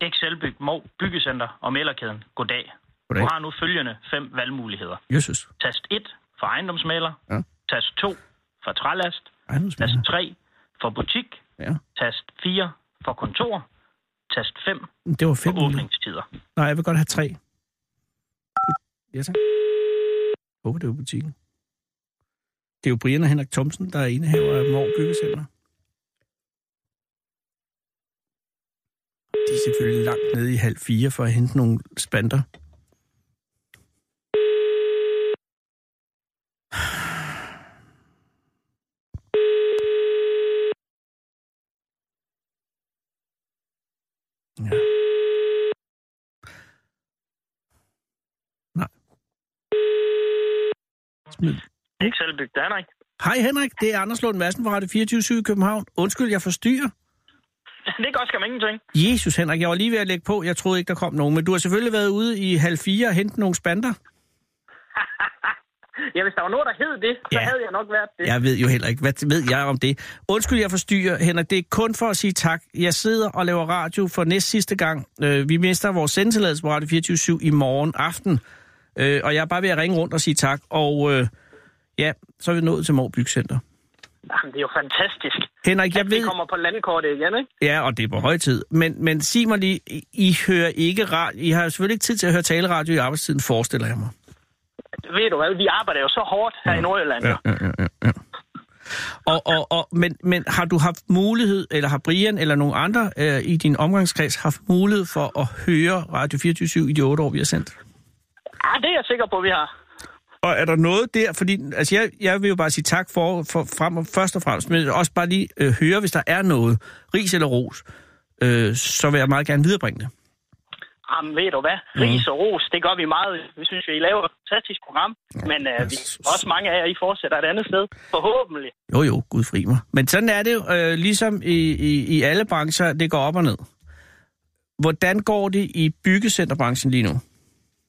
J: Excelbyg Mog Byggecenter og Mællerkæden. Goddag. Du
D: Goddag.
J: har nu følgende fem valgmuligheder.
D: Jesus.
J: Tast 1 for ejendomsmaler.
D: Ja.
J: Tast 2 for trælast. Tast
D: Ejendomsmænd.
J: 3 for butik.
D: Ja.
J: Tast 4 for kontor. Tast 5
D: Det var
J: for
D: fedt.
J: åbningstider.
D: Nej, jeg vil godt have tre. Ja, tak. Jeg Håber, det er jo butikken. Det er jo Brian og Henrik Thomsen, der er indehaver af Mor Byggecenter. De er selvfølgelig langt nede i halv fire for at hente nogle spander. Ja. Smid.
J: Excelbyg, det er Henrik.
D: Hej Henrik, det er Anders Lund Madsen fra Radio 24 i København. Undskyld, jeg forstyrrer.
J: Det gør skam ingenting.
D: Jesus Henrik, jeg var lige ved at lægge på. Jeg troede ikke, der kom nogen. Men du har selvfølgelig været ude i halv fire og hentet nogle spander.
J: Ja, hvis der var noget, der hed det,
D: så Ja. havde
J: jeg nok været det.
D: Jeg ved jo heller ikke, hvad ved jeg om det. Undskyld, jeg forstyrrer, Henrik. Det er kun for at sige tak. Jeg sidder og laver radio for næst sidste gang. Øh, Vi mister vores sendetilladelse på Radio 24 i morgen aften. Øh, Og jeg er bare ved at ringe rundt og sige tak. Og øh, ja, så er vi nået til Mor Bygcenter.
J: Jamen, det er jo fantastisk.
D: Henrik, jeg ved...
J: kommer på landkortet igen, ikke?
D: Ja, og det er på høj tid. Men, men sig mig lige, I- I, hører ikke radio. I har jo selvfølgelig ikke tid til at høre taleradio i arbejdstiden, forestiller jeg mig.
J: Ved du hvad, vi arbejder jo så hårdt her i Nordjylland. Ja.
D: ja, ja, ja, ja. Og, og, og, men, men har du haft mulighed, eller har Brian eller nogen andre øh, i din omgangskreds haft mulighed for at høre Radio 24 i de otte år, vi har sendt?
J: Ah, det er jeg sikker på, vi har.
D: Og er der noget der, fordi altså jeg, jeg vil jo bare sige tak for, for frem, og- først og fremmest, men også bare lige øh, høre, hvis der er noget, ris eller ros, øh, så vil jeg meget gerne viderebringe det.
J: Jamen, ved du hvad?
D: Mhm.
J: Ris og ros, det gør vi meget. Vi synes, vi laver et fantastisk program, men øh, vi, også mange af jer, I fortsætter et andet sted. Forhåbentlig.
D: Jo jo, Gud fri mig. Men sådan er det jo, øh, ligesom i, i, i alle brancher, det går op og ned. Hvordan går det i byggecenterbranchen lige nu?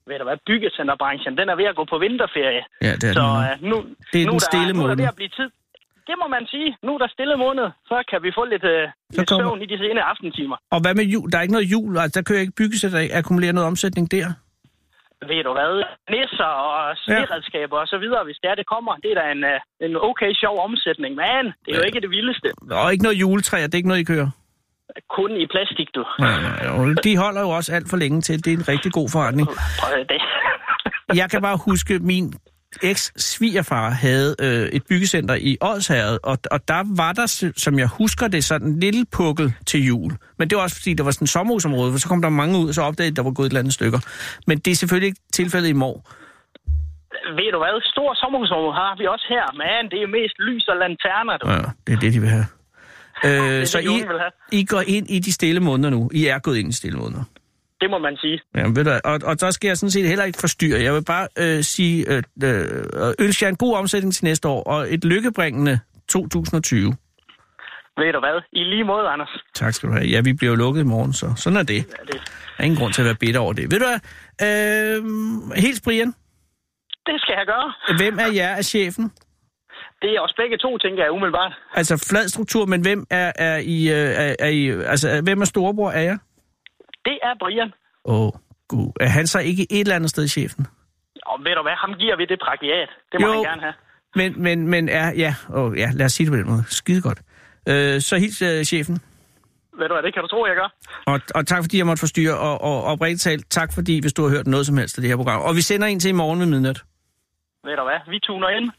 J: Ved du hvad, byggecenterbranchen, den er ved at gå på vinterferie.
D: Ja, det er
J: Så
D: den.
J: øh, nu,
D: Det er
J: nu,
D: den
J: der,
D: stille
J: nu er der
D: måned.
J: ved at blive tid. Det må man sige. Nu er der stille måned, så kan vi få lidt, øh, lidt
D: kommer-
J: søvn i de sene aftentimer.
D: Og hvad med jul? Der er ikke noget jul, altså der kører ikke byggecenter, ikke akkumulere noget omsætning der.
J: ved du hvad, nisser og sneredskaber og så videre, hvis det er, det kommer. Det er da en, øh, en okay sjov omsætning, men det er jo ikke det vildeste.
D: Og ikke noget juletræer, det er ikke noget, I kører.
J: Kun i plastik, du.
D: Ja, ja, ja. De holder jo også alt for længe til, det er en rigtig god forretning.
J: Prøv at- det.
D: Jeg kan bare huske, min eks-svigerfar havde øh, et byggecenter i Ådshavet, og, og der var der, s- som jeg husker det, sådan en lille pukkel til jul. Men det var også fordi, der var sådan et sommerhusområde, for så kom der mange ud, og så opdagede de, at der var gået et eller andet stykker. Men det er selvfølgelig ikke tilfældet i mor.
J: ved du hvad, stor sommerhusområde har vi også her, men det er mest lys og lanterner, du.
D: Ja, det er det, de vil have. Øh,
J: det,
D: så
J: de
D: I,
J: unge vil have.
D: I går ind i de stille måneder nu. I er gået ind i de stille måneder.
J: Det må man sige.
D: Ja, ved du, hvad, og, og der skal jeg sådan set heller ikke forstyrre. Jeg vil bare øh, sige, øh, øh, ønsker jer en god omsætning til næste år, og et lykkebringende 2020.
J: Ved du hvad, i lige måde, Anders.
D: Tak skal du have. Ja, vi bliver jo lukket i morgen, så sådan er det.
J: Ja, det,
D: Der er ingen grund til at være bitter over det. Ved du hvad? Øh, hils Brian.
J: det skal jeg gøre.
D: Hvem af jer er chefen?
J: Det er også begge to, tænker jeg umiddelbart.
D: Altså flad struktur, men hvem er, er, I, øh, er, er I... Altså, hvem er storebror af jer?
J: Det er Brian.
D: Åh, oh, gud. Er han så ikke et eller andet sted chefen?
J: Og ved du hvad, ham giver vi det prakiat. Det må
D: Jo.
J: han gerne have.
D: Men, men, men er... Ja, oh, ja, lad os sige det på den måde. Skide godt. Øh, så hils øh, chefen.
J: Ved du hvad, det kan du tro, jeg gør.
D: Og, og tak fordi jeg måtte forstyrre, og, og oprigtigt talt, tak fordi, hvis du har hørt noget som helst af det her program. Og vi sender en til i morgen ved midnat.
J: Ved du hvad, vi tuner ind.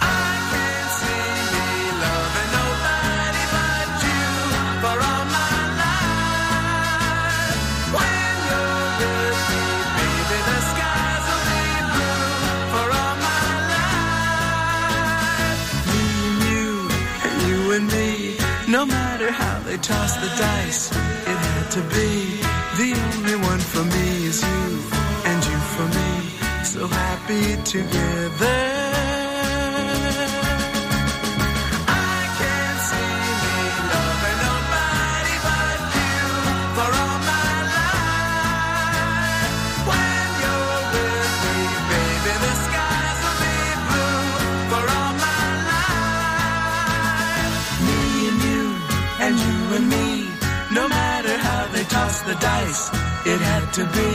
K: I can't see me loving nobody but you for all my life. When you're with me, baby, the skies will be blue for all my life. Me and you, and you and me, no matter how they toss the dice, it had to be. The only one for me is you, and you for me. So happy together. I can't see me loving nobody but you for all my life. When you're with me, baby, the skies will be blue for all my life. Me and you, and you and me, no matter how they toss the dice, it had to be.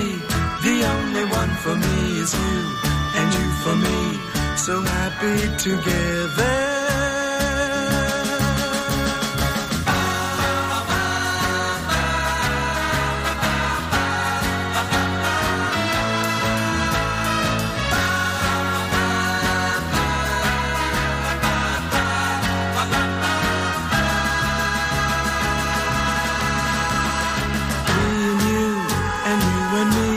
K: The only one for me is you, and you for me. So happy together. Ah, Me and you, and you and me.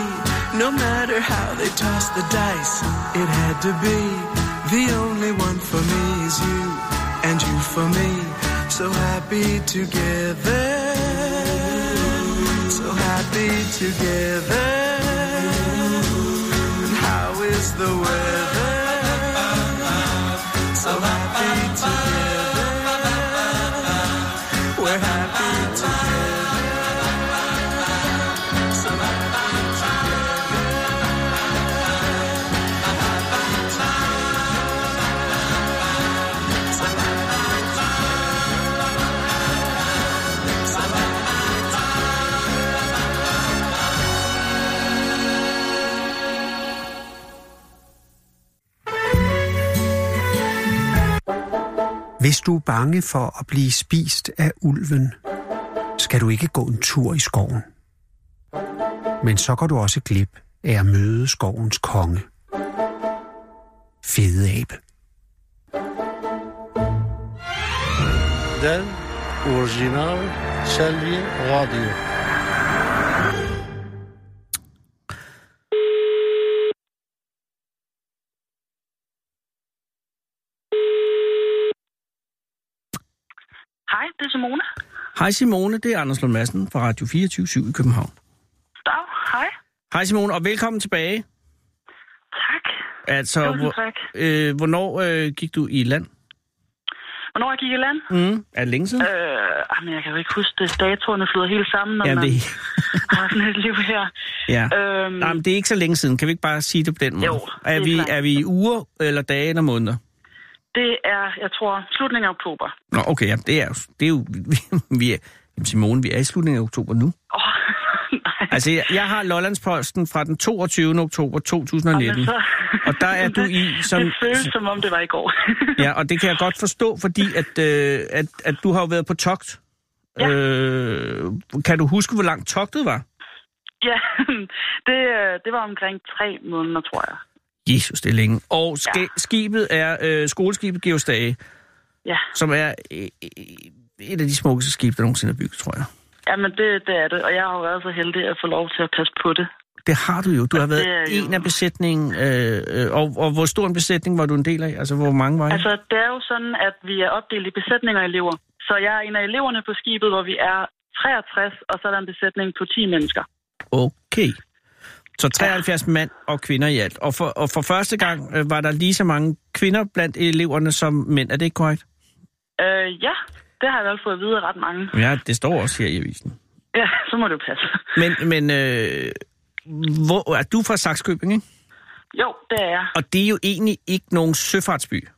K: No matter how they tossed the dice, it had to be. The only one for me is you, and you for me. So happy together. So happy together. And how is the weather? So happy together. We're happy together. So happy
B: Hvis du er bange for at blive spist af ulven, skal du ikke gå en tur i skoven. Men så går du også glip af at møde skovens konge. Fede abe.
L: Den originale Salvi Radio.
F: Hej, det er Simone.
D: Hej Simone, det er Anders Lund Madsen fra Radio 24 i København.
F: Dag, hej.
D: Hej Simone, og velkommen tilbage.
F: Tak.
D: Altså,
F: Tusind
D: hvor,
F: tak.
D: øh, hvornår øh, gik du i land?
F: Hvornår jeg gik i land?
D: Mm. Er det længe siden?
F: Øh, jamen, jeg kan jo ikke huske det. Datorerne flyder helt sammen, når
D: Jamen,
F: man
D: det,
F: har sådan et liv her.
D: ja.
F: Øhm,
D: Nej, men det er ikke så længe siden. Kan vi ikke bare sige det på den måde?
F: Jo, det
D: er,
F: er
D: vi,
F: klart.
D: er vi i uger, eller dage, eller måneder?
F: Det er, jeg tror, slutningen af oktober.
D: Nå, okay, ja, det er jo... Det er jo vi er, jamen, Simone, vi er i slutningen af oktober nu.
F: Åh, nej.
D: Altså, jeg, jeg har Lollandsposten fra den 22. oktober 2019.
F: Jamen, så-
D: Og der er du i som...
F: Det føles, som om det var i går.
D: Ja, og det kan jeg godt forstå, fordi at, øh, at, at du har jo været på togt.
F: Ja.
D: Øh, kan du huske, hvor langt togtet var?
F: ja, det, øh, det var omkring tre måneder, tror jeg.
D: Jesus, det er længe. Og ske, ja. skibet er øh, skoleskibet Geostage,
F: Ja,
D: som er øh, øh, et af de smukkeste skibe, der nogensinde er bygget, tror jeg.
F: jamen det, det er det. Og jeg har jo været så heldig at få lov til at passe på det.
D: Det har du jo. Du har været
F: Det er jo-
D: en af besætningen. Øh, øh, og, og hvor stor en besætning var du en del af? Altså, hvor mange var I?
F: Altså, det er jo sådan, at vi er opdelt i besætninger af elever. Så jeg er en af eleverne på skibet, hvor vi er 63, og så er der en besætning på 10 mennesker.
D: Okay. Så 73 mænd og kvinder i alt. Og for, og for første gang øh, var der lige så mange kvinder blandt eleverne som mænd. Er det ikke korrekt?
F: Øh, ja, det har jeg i hvert fald fået at vide af ret mange.
D: Ja, det står også her i avisen.
F: Ja, så må det jo passe.
D: Men, men øh, hvor, er du fra Saxkøbing, ikke?
F: Jo, det er jeg.
D: Og det er jo egentlig ikke nogen søfartsby.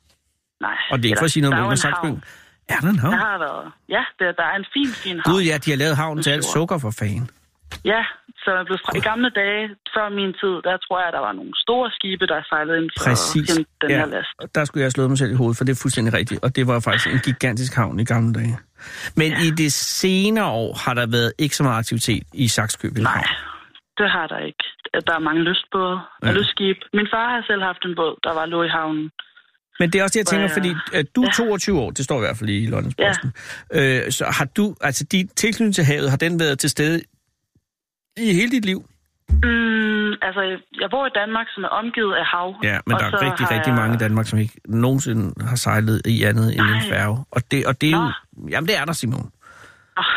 F: Nej.
D: Og det er ikke for at sige noget
F: der er
D: mod
F: jo en
D: Saxkøbing.
F: havn.
D: Er der en havn?
F: Der har været. Ja, der, der er en fin, fin havn.
D: Gud ja, de har lavet havnen til alt sukker for fanden.
F: Ja, så jeg blev i gamle dage, før min tid, der tror jeg, der var nogle store skibe, der sejlede ind for
D: Præcis.
F: den, den her
D: Ja,
F: last.
D: og der skulle jeg have slået mig selv i hovedet, for det er fuldstændig rigtigt. Og det var faktisk en gigantisk havn i gamle dage. Men i det senere år har der været ikke så meget aktivitet i Saxkøbing Havn.
F: Det har der ikke. Der er mange lystbåde og
D: Ja.
F: ja. lystskib. Min far har selv haft en båd, der var lå i havnen.
D: Men det er også det, jeg tænker,
F: Hvor,
D: fordi øh, du er 22 år, det står i hvert fald i Londonsposten. Ja. Øh, så har du, altså din tilknytning til havet, har den været til stede i hele dit liv?
F: Mm, altså, jeg bor i Danmark, som er omgivet af hav.
D: Ja, men
F: og
D: der er
F: så
D: rigtig,
F: har
D: rigtig mange i Danmark, som ikke nogensinde har sejlet i andet end en
F: Nej.
D: færge. Og det, og det er jo... Jamen, det er der, Simon.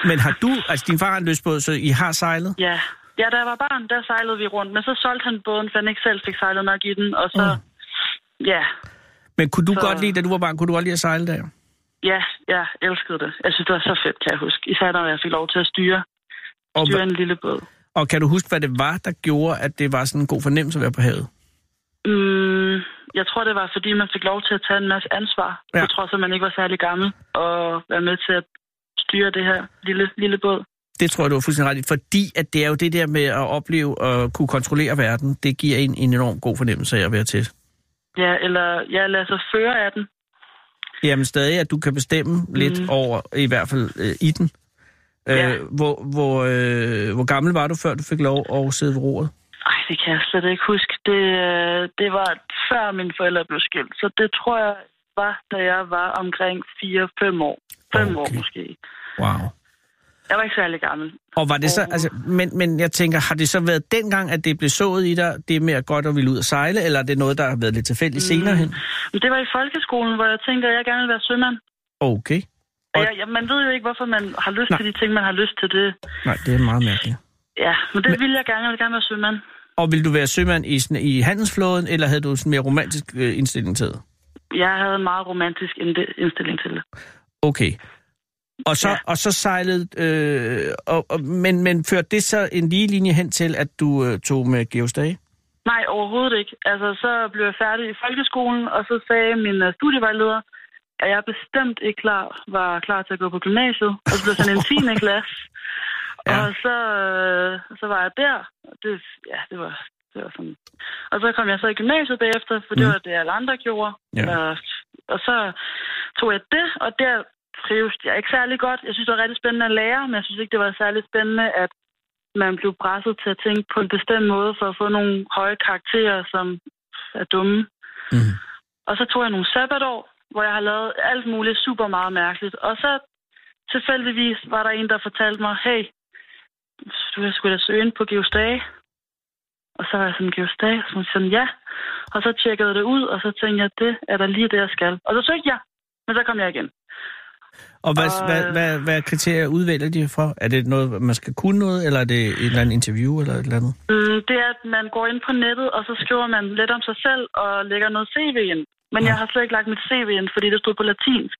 D: Men har du... Altså, din far har en løsbåd, så I har sejlet?
F: Ja. ja, da jeg var barn, der sejlede vi rundt, men så solgte han båden, for han ikke selv fik sejlet nok i den, og så... Mm. Ja,
D: Men kunne du
F: Så-
D: godt lide, da du var barn, kunne du godt lide at sejle der?
F: ja, jeg elskede det. Jeg synes, det var så fedt, kan jeg huske. Især når jeg fik lov til at styre,
D: Og,
F: styre en lille båd.
D: og kan du huske, hvad det var, der gjorde, at det var sådan en god fornemmelse at være på havet?
F: Mm, jeg tror, det var, fordi man fik lov til at tage en masse ansvar,
D: Ja.
F: ja. på trods af, at man ikke var særlig gammel, og være med til at styre det her lille, lille båd.
D: Det tror jeg, du har fuldstændig ret i, fordi at det er jo det der med at opleve og kunne kontrollere verden, det giver en en enorm god fornemmelse af at være til.
F: Ja, eller jeg lader sig føre af den.
D: Jamen stadig, at du kan bestemme mm. lidt over, i hvert fald øh, i den. Ja. Øh, hvor, hvor, øh, hvor gammel var du, før du fik lov at sidde ved roret?
F: Ej, det kan jeg slet ikke huske. Det, øh, det var før mine forældre blev skilt, så det tror jeg var, da jeg var omkring 4-5 år. 5 okay. år måske.
D: Wow.
F: Jeg var ikke særlig gammel.
D: Og var det så, altså, men, men jeg tænker, har det så været dengang, at det blev sået i dig, det med at godt at ville ud og sejle, eller er det noget, der har været lidt tilfældigt mm. senere hen?
F: Men det var i folkeskolen, hvor jeg tænkte, at jeg gerne ville være sømand.
D: Okay.
F: Og jeg, jeg, man ved jo ikke, hvorfor man har lyst Nej. til de ting, man har lyst til det.
D: Nej, det er meget mærkeligt.
F: Ja, men det ville jeg gerne. Jeg ville gerne være sømand.
D: Og ville du være sømand i, sådan- i handelsflåden, eller havde du sådan en mere romantisk øh, indstilling til det?
F: Jeg havde en meget romantisk ind- indstilling til det.
D: Okay. Og så, ja. og så sejlede... Øh, og, og, men, men førte det så en lige linje hen til, at du øh, tog med Geostage?
F: Nej, overhovedet ikke. Altså, så blev jeg færdig i folkeskolen, og så sagde min øh, studievejleder, at jeg bestemt ikke klar, var klar til at gå på gymnasiet. Og så blev jeg sådan en 10. klasse. Ja. Og så, øh, så var jeg der. Og det, ja, det var, det var sådan. Og så kom jeg så i gymnasiet bagefter, for det
M: Mhm.
F: var det, alle andre gjorde.
M: Ja.
F: Og, og så tog jeg det, og der trives jeg ikke særlig godt. Jeg synes, det var rigtig spændende at lære, men jeg synes ikke, det var særlig spændende, at man blev presset til at tænke på en bestemt måde for at få nogle høje karakterer, som er dumme. Mm. Og så tog jeg nogle sabbatår, hvor jeg har lavet alt muligt super meget mærkeligt. Og så tilfældigvis var der en, der fortalte mig, hey, du jeg skulle da søge ind på Geostage. Og så var jeg sådan, Geostage? Og så var jeg sådan, ja. Og så tjekkede jeg det ud, og så tænkte jeg, det er der lige det, jeg skal. Og så søgte jeg, men så kom jeg igen.
D: Og hvad,
F: Og,
D: og... hvad, hvad, hvad kriterier udvælger de for? Er det noget, man skal kunne noget, eller er det et eller andet interview, eller et eller andet?
F: Mm, det er, at man går ind på nettet, og så skriver man lidt om sig selv og lægger noget CV ind. Men jeg har slet ikke lagt mit CV ind, fordi det stod på latinsk.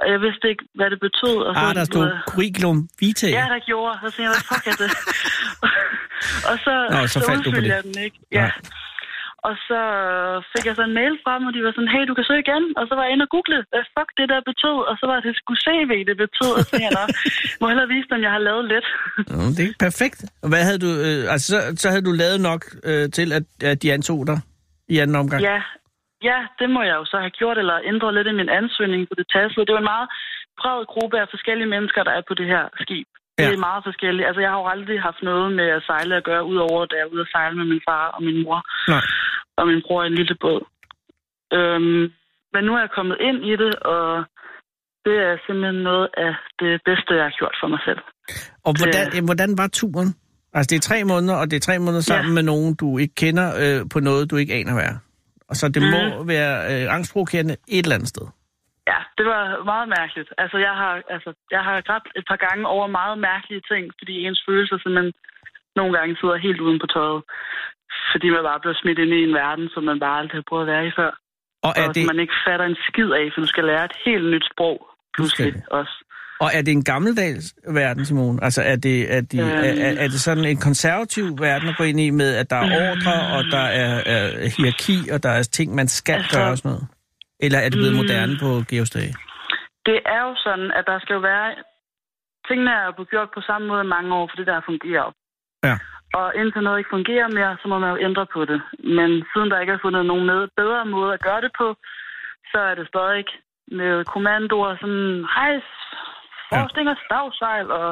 F: Og jeg vidste ikke, hvad det betød. Og så
D: Ah, der stod curriculum vitae.
F: Ja, der gjorde. Og så tænkte jeg, hvad fuck er det? og så,
D: Nå, så faldt du på
F: udfyldte
D: det.
F: jeg den, ikke? Ja. Og så fik jeg så en mail fra dem, og de var sådan, hey, du kan søge igen. Og så var jeg inde og google, hvad fuck det der betød. Og så var det sgu CV, det betød. Og så tænkte jeg, "Nå, må hellere vise dem, jeg har lavet lidt.
D: Nå, det er perfekt. Og hvad havde du... Øh, altså, så, så havde du lavet nok øh, til, at, at de antog dig i anden omgang?
F: Ja. ja, det må jeg jo så have gjort, eller ændret lidt i min ansøgning på det taslede. Det er jo en meget bred gruppe af forskellige mennesker, der er på det her skib. Ja. Det er meget forskelligt. Altså, jeg har jo aldrig haft noget med at sejle at gøre, udover da jeg er ude at sejle med min far og min mor.
D: Nej.
F: Og min bror i en lille båd. Øhm, men nu er jeg kommet ind i det, og det er simpelthen noget af det bedste, jeg har gjort for mig selv.
D: Og hvordan, øh, hvordan var turen? Altså, det er tre måneder, og det er tre måneder sammen ja. med nogen, du ikke kender øh, på noget, du ikke aner hvad er. Og så det
F: Mhm.
D: mm. må være øh, angstprovokerende et eller andet sted.
F: Ja, det var meget mærkeligt. Altså, jeg har, altså, jeg har grædt et par gange over meget mærkelige ting, fordi ens følelser simpelthen nogle gange sidder helt uden på tøjet. Fordi man bare bliver smidt ind i en verden, som man bare aldrig har prøvet at være i før.
D: Og er det-
F: og som man ikke fatter en skid af, for du skal lære et helt nyt sprog pludselig også.
D: Og er det en gammeldags verden, Simone? Altså, er det, er, de,
F: Øhm. Mm.
D: er, er, er det sådan en konservativ verden at gå ind i med, at der er ordre, og der er, er hierarki, og der er ting, man skal altså, gøre og sådan noget? Eller er det blevet
F: Mm.
D: moderne på Georgs dage?
F: Det er jo sådan, at der skal jo være... Tingene er jo gjort på samme måde i mange år, for det der fungerer jo.
D: Ja.
F: Og indtil noget ikke fungerer mere, så må man jo ændre på det. Men siden der ikke er fundet nogen med bedre måde at gøre det på, så er det stadig med kommandoer sådan, hejs, forstinger, stavsejl, og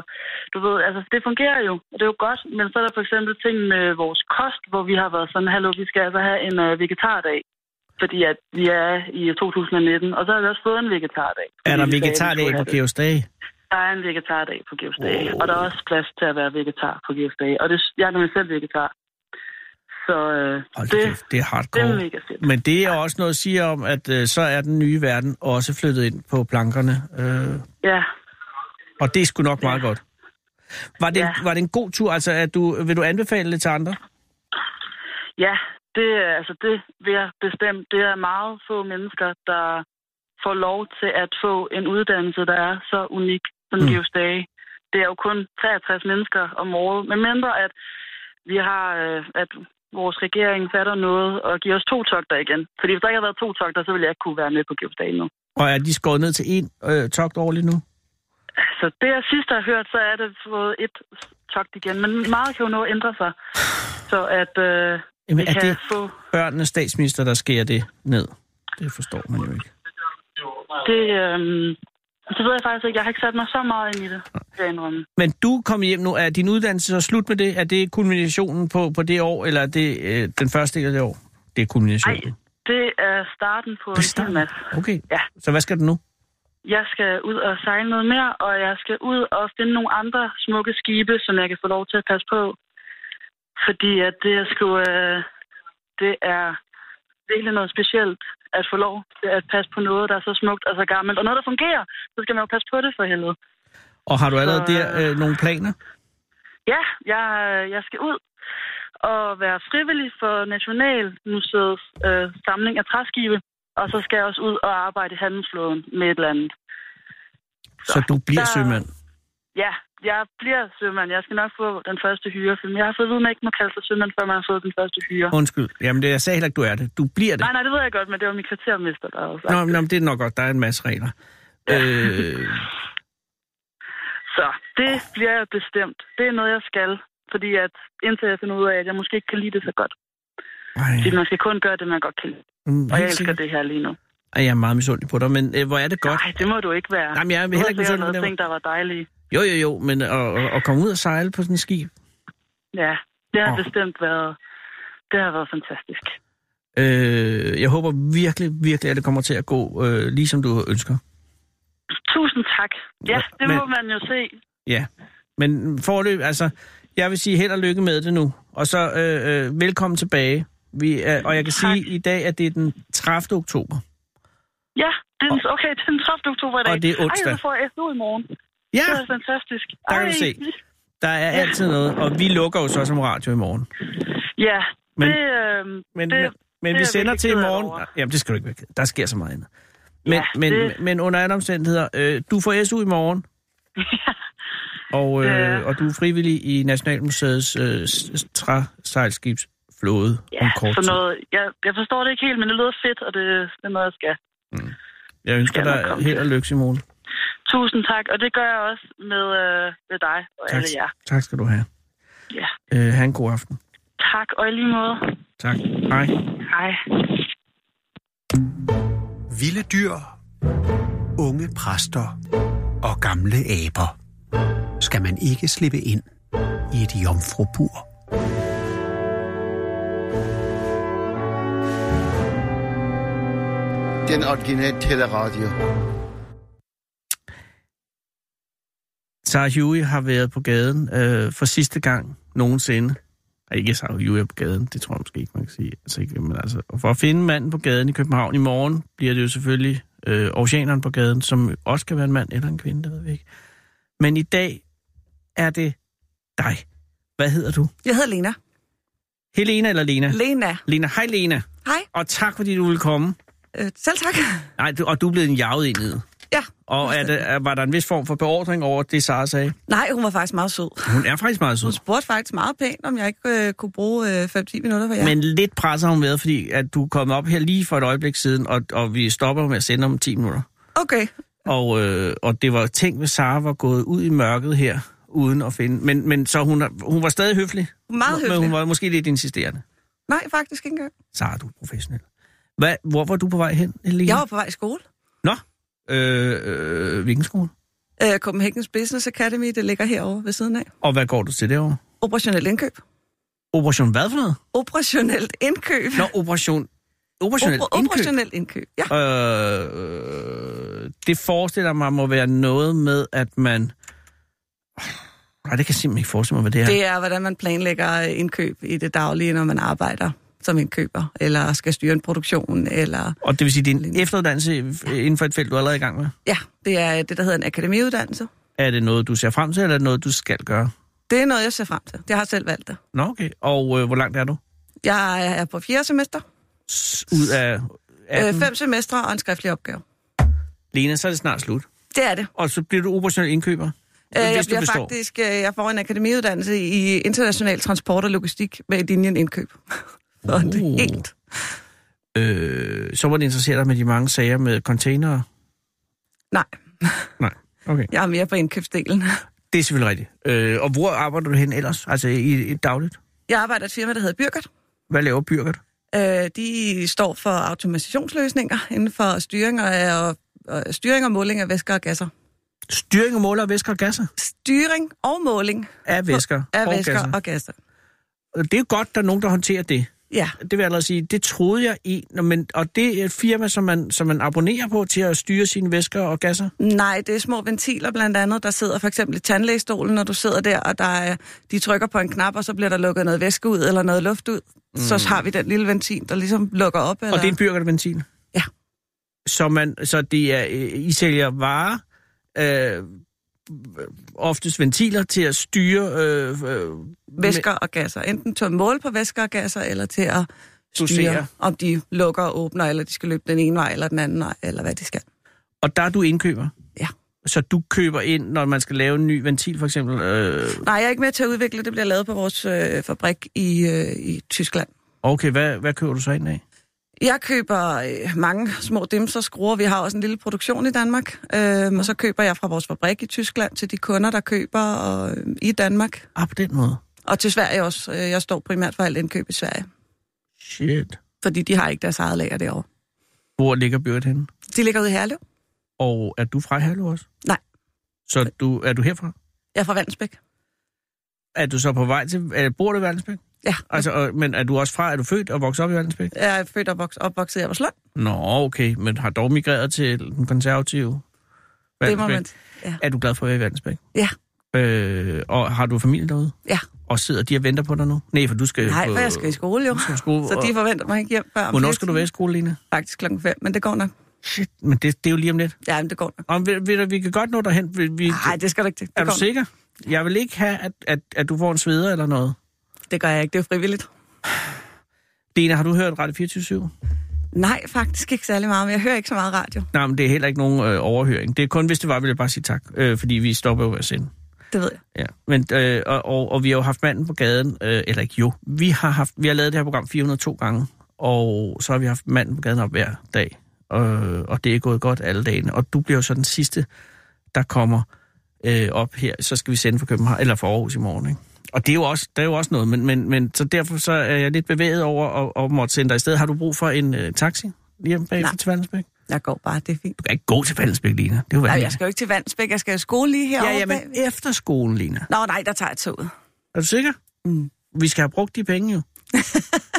F: du ved, altså det fungerer jo, og det er jo godt, men så er der for eksempel ting med vores kost, hvor vi har været sådan, hallo, vi skal altså have en øh, vegetardag, fordi at vi er i 2019, og så har vi også fået en vegetardag.
D: Er der
F: Fordi vi sagde, vi
D: vegetardag
F: skulle
D: på
F: have det.
D: Georgs dage?
F: Der er en vegetardag på Gifts Day, og der er også plads til at være vegetar på Gifts Day. Og det, jeg er nemlig selv vegetar. Så øh,
D: Hold
F: det,
D: det, kæft, det er
F: det
D: hardcore.
F: er mega fedt.
D: Men det er også noget at sige om, at øh, så er den nye verden også flyttet ind på plankerne. Øh,
F: Ja,
D: og det er sgu nok meget godt. Var det,
F: Ja.
D: var det en god tur? Altså, at du, vil du anbefale det til andre?
F: ja det, er- altså, det vil jeg bestemt. Det er meget få mennesker, der får lov til at få en uddannelse, der er så unik som mm. Gifts Day. Det er jo kun 63 mennesker om året, medmindre at vi har, øh, at vores regering fatter noget og giver os to togter igen. Fordi hvis der ikke havde været to togter, så ville jeg ikke kunne være med på Gifts Day nu.
D: Og er de skåret ned til én øh, togt årligt nu?
F: Så det, jeg sidst har hørt, så er det fået et togt igen. Men meget kan jo nå at ændre sig, så at øh,
D: Jamen,
F: vi
D: er
F: kan
D: det-
F: få...
D: børnenes statsminister, der skærer det ned. Det forstår man jo ikke.
F: Det, øh, det ved jeg faktisk ikke. Jeg har ikke sat mig så meget ind i det, vil jeg indrømme.
D: Men du kom hjem nu. Er din uddannelse så slut med det? Er det kulminationen på, på det år, eller er det øh, den første del af det år? Det er kulminationen. Ej.
F: Det er starten på en hel masse.
D: Okay.
F: Ja.
D: Så hvad skal du nu?
F: Jeg skal ud og sejle noget mere, og jeg skal ud og finde nogle andre smukke skibe, som jeg kan få lov til at passe på. Fordi at det, jeg skulle, øh, det er virkelig noget specielt at få lov til at passe på noget, der er så smukt og så gammelt. Og noget, der fungerer, så skal man jo passe på det for helvede.
D: Og har du allerede
F: Så-
D: der øh, nogle planer?
F: Ja, jeg, øh, jeg skal ud og være frivillig for Nationalmuseets øh, samling af træskibe. Og så skal jeg også ud og arbejde i handelsflåden med et eller andet.
D: Så, du bliver
F: der-
D: sømand.
F: Ja, jeg bliver sømand. Jeg skal nok få den første hyre. For jeg har fået at vide, at man ikke må kalde sig sømand, før man har fået den første hyre.
D: Undskyld. Jamen, det, jeg sagde heller ikke, du er det. Du bliver det.
F: Nej, nej, det ved jeg godt, men det var min kvartermester, der havde sagt.
D: Nå, nå, men det er nok godt. Der er en masse regler. Øh,
F: Så det bliver jeg bestemt. Det er noget, jeg skal. Fordi at indtil jeg finder ud af, at jeg måske ikke kan lide det så godt. Fordi man skal kun gøre det, man godt kan lide.
D: mm,
F: Og jeg
D: helt
F: elsker
D: sikkert.
F: det her lige nu.
D: Ej, Jeg er meget misundelig på dig, men øh, hvor er det godt.
F: Nej, det må du ikke være.
D: Jamen, jeg er
F: Du
D: heller ikke
F: har sikkert
D: misundelig på
F: noget
D: det.
F: ting, der var dejlige.
D: Jo, jo, jo, men at, at- at komme ud og sejle på sådan en skib,
F: Ja, det har
D: Åh.
F: bestemt været... Det har været fantastisk.
D: Øh, jeg håber virkelig, virkelig, at det kommer til at gå, øh, ligesom du ønsker.
F: Tusind tak. Ja, det
D: Men-
F: må man jo se.
D: Ja. Men forløb, altså, jeg vil sige held og lykke med det nu. Og så øh, øh, velkommen tilbage. Vi er, og jeg kan sige i dag, at det er den 30. oktober.
F: Ja, det er den, okay, det er den 12. oktober i dag.
D: Og det er onsdag.
F: Ej, så får jeg SU i morgen.
D: Ja.
F: Det er fantastisk.
D: Der kan du
F: Ej.
D: se. Der er altid noget, og vi lukker jo så som radio i morgen.
F: Ja,
D: Men-
F: men, det, øh,
D: Men,
F: det,
D: men, men
F: det
D: vi
F: er
D: sender
F: virkelig
D: til i
F: ked af
D: morgen.
F: over.
D: Jamen, det skal du ikke være ked af. Der sker så meget andet. Men,
F: Ja,
D: men,
F: det-
D: men under alle omstændigheder, øh, du får SU i morgen. og,
F: Ja.
D: øh, og du er frivillig i Nationalmuseets øh, s- s- træsejlskibsflåde
F: Ja,
D: om kort
F: så
D: tid.
F: noget, jeg, jeg forstår det ikke helt, men det lyder fedt, og det, det er noget, jeg skal.
D: Jeg ønsker
F: skal jeg nok
D: dig
F: komme
D: held og lykke, Simone.
F: Tusind tak, og det gør jeg også med, øh, med dig og
D: Tak,
F: alle jer.
D: tak skal du have.
F: Ja.
D: Øh, ha' en god aften.
F: Tak, og i lige måde.
D: Tak. Hej.
F: Hej.
B: Vilde dyr, unge præster og gamle aber skal man ikke slippe ind i et jomfrubur.
L: Den originale teleradio.
D: Sarah Huey har været på gaden øh, for sidste gang nogensinde. Ej, ikke Sarah Huey er på gaden, det tror jeg måske ikke, man kan sige. Altså, ikke, men altså, og for at finde manden på gaden i København i morgen, bliver det jo selvfølgelig øh, oceaneren på gaden, som også kan være en mand eller en kvinde, det ved vi ikke. Men i dag er det dig. Hvad hedder du?
M: Jeg hedder Lena.
D: Helena eller Lena?
M: Lena.
D: Lena. Hej Lena.
M: Hej.
D: Og tak fordi du ville komme.
M: Øh, selv tak.
D: Nej, du, og du er blevet en jaget ind
M: Ja.
D: Og er det, er, var der en vis form for beordring over det, Sara sagde?
M: Nej, hun var faktisk meget sød.
D: Hun er faktisk meget sød.
M: Hun spurgte faktisk meget pænt, om jeg ikke øh, kunne bruge øh, 5-10 minutter for jer.
D: Men lidt presser hun været, fordi at du er kommet op her lige for et øjeblik siden, og, og vi stopper med at sende om 10 minutter.
M: Okay.
D: Og, øh, og det var tænkt, hvis Sara var gået ud i mørket her, uden at finde... Men, men så hun, er- hun var stadig høflig.
M: Meget
D: Men
M: høflig.
D: hun var måske lidt insisterende.
M: Nej, faktisk ikke engang.
D: Sara, du er professionel. Hvad, hvor var du på vej hen, Helene?
M: Jeg var på vej i skole.
D: Nå, øh, øh, hvilken skole?
M: Øh, Copenhagen's Business Academy, det ligger herovre ved siden af.
D: Og hvad går du til derovre?
M: Operationelt indkøb.
D: Operation hvad for noget?
M: Operationelt indkøb.
D: Nå, operation... Operationelt
M: Opera-
D: indkøb.
M: operationelt indkøb. Ja.
D: Øh, det forestiller mig må være noget med, at man... Nej, det kan jeg simpelthen ikke forestille mig, hvad det er.
M: Det er, hvordan man planlægger øh, indkøb i det daglige, når man arbejder som indkøber, eller skal styre en produktion, eller...
D: Og det vil sige, det er en efteruddannelse inden for et felt, du er allerede i gang med.
M: Ja, det er det, der hedder en akademiuddannelse.
D: Er det noget, du ser frem til, eller er det noget, du skal gøre?
M: Det er noget, jeg ser frem til. Jeg har selv valgt det.
D: Nå, okay. Og øh, hvor langt er du?
M: Jeg er på fjerde semester,
D: S- Ud af
M: øh,
D: 18? Øh,
M: fem semestre og en skriftlig opgave.
D: Lena, så er det snart slut.
M: Det er det.
D: Og så bliver du operationel indkøber?
M: Øh, jeg
D: hvis du
M: bliver
D: består.
M: faktisk, øh, jeg får en akademiuddannelse i international transport og logistik med linjen indkøb. Og det
D: Uh.
M: er helt.
D: Øh, så var det interesseret dig med de mange sager med containere?
M: Nej,
D: Nej, okay.
M: jeg er mere på indkøbsdelen.
D: Det er selvfølgelig rigtigt. Øh, og hvor arbejder du hen ellers? Altså i et dagligt?
M: Jeg arbejder i et firma, der hedder Byrgert.
D: Hvad laver Byrgert?
M: Øh, de står for automationsløsninger inden for styring og, øh, og, og, styring og måling af væsker og gasser.
D: Styring og måler væsker og gasser?
M: Styring og måling
D: Af væsker
M: af
D: og
M: væsker
D: gasser.
M: og gasser.
D: Og Det er jo godt, der er nogen, der håndterer det.
M: Ja,
D: Det vil jeg allerede sige. Det troede jeg i. Nå, men, og det er et firma, som man, som man abonnerer på til at styre sine væsker og gasser.
M: nej, det er små ventiler blandt andet, der sidder for eksempel i tandlægestolen, når du sidder der, og der er, de trykker på en knap, og så bliver der lukket noget væske ud eller noget luft ud. Mm. Så har vi den lille ventil, der ligesom lukker op. Eller...
D: Og det er en byrkerventil.
M: Ja.
D: Så, man, så det er, øh, I sælger varer, øh, oftest ventiler til at styre... Øh, øh,
M: væsker og gasser. Enten til at måle på væsker og gasser, eller til at styre,
D: Dosere.
M: om de lukker og åbner, eller de skal løbe den ene vej eller den anden vej, eller hvad de skal.
D: Og der er du indkøber?
M: Ja.
D: Så du køber ind, når man skal lave en ny ventil, for eksempel? Øh,
M: Nej, jeg er ikke med til at udvikle. Det bliver lavet på vores øh, fabrik i, øh, i Tyskland.
D: okay, hvad, hvad køber du så ind af?
M: Jeg køber øh, mange små dimser, skruer. Vi har også en lille produktion i Danmark. Øh, og så køber jeg fra vores fabrik i Tyskland til de kunder, der køber og, øh, i Danmark.
D: Ah, på den måde.
M: Og til Sverige også. Øh, Jeg står primært for alt indkøb i Sverige,
D: Shit.
M: fordi de har ikke deres eget lager derovre.
D: Hvor ligger Bjørn henne?
M: De ligger ude i Herlev.
D: Og er du fra Herlev også?
M: Nej.
D: Så du, er du herfra?
M: Jeg er fra Vandsbæk.
D: Er du så på vej til... Er, bor du i Verdensbæk?
M: Ja.
D: Altså, og, men er du også fra... Er du født og vokset op i Verdensbæk?
M: Jeg er født og voks- opvokset i Aberslund.
D: Nå, okay. Men har dog migreret til den konservative
M: Det må
D: Vallensbæk.
M: man... Ja.
D: Er du glad for at være i Verdensbæk?
M: Ja.
D: Øh, og har du familie derude?
M: Ja.
D: Og sidder de og venter på dig nu? Nej, for du skal...
M: Nej,
D: på,
M: for jeg skal i skole jo.
D: i skole,
M: Så de
D: og-
M: forventer mig ikke hjem før om
D: Hvornår
M: fire
D: skal du være i
M: timer.
D: skole, Lena?
M: Faktisk klokken 5, men det går nok.
D: Shit, men det, det er jo lige om lidt.
M: Ja, men det går nok.
D: Om, vi, vi, vi kan godt nå derhen. Vi, vi,
M: Nej, det skal du ikke. Det, det går
D: er du
M: nok.
D: sikker? Jeg vil ikke have, at, at, at du får en sveder eller noget.
M: Det gør jeg ikke. Det er jo frivilligt.
D: Lena, har du hørt Radio 24
M: Nej, faktisk ikke særlig meget, men jeg hører ikke så meget radio.
D: Nej, men det er heller ikke nogen øh, overhøring. Det er kun, hvis det var, ville jeg bare sige tak. Øh, fordi vi stopper jo med at sende.
M: Det ved jeg.
D: Ja. Men, øh, og, og, og vi har jo haft manden på gaden, øh, eller ikke jo, vi har, haft, vi har lavet det her program 402 gange, og så har vi haft manden på gaden op hver dag, øh, og det er gået godt alle dagene, og du bliver jo så den sidste, der kommer øh, op her, så skal vi sende for København, eller for Aarhus i morgen, ikke? Og det er jo også, der er jo også noget, men, men, men så derfor så er jeg lidt bevæget over at, at måtte sende dig i stedet. Har du brug for en øh, taxi hjem bag
M: Nej.
D: til Vandensbæk?
M: Jeg går bare, det er fint.
D: Du kan ikke gå til Vandensbæk, Lina. Det er
M: Nej,
D: jo vanvittigt.
M: jeg skal jo ikke til Vandsbæk, jeg skal i skole lige herovre.
D: Ja, ja, men
M: bagved.
D: efter skolen, Lina.
M: Nå, nej, der tager jeg toget.
D: Er du sikker? Mm. Vi skal have brugt de penge jo.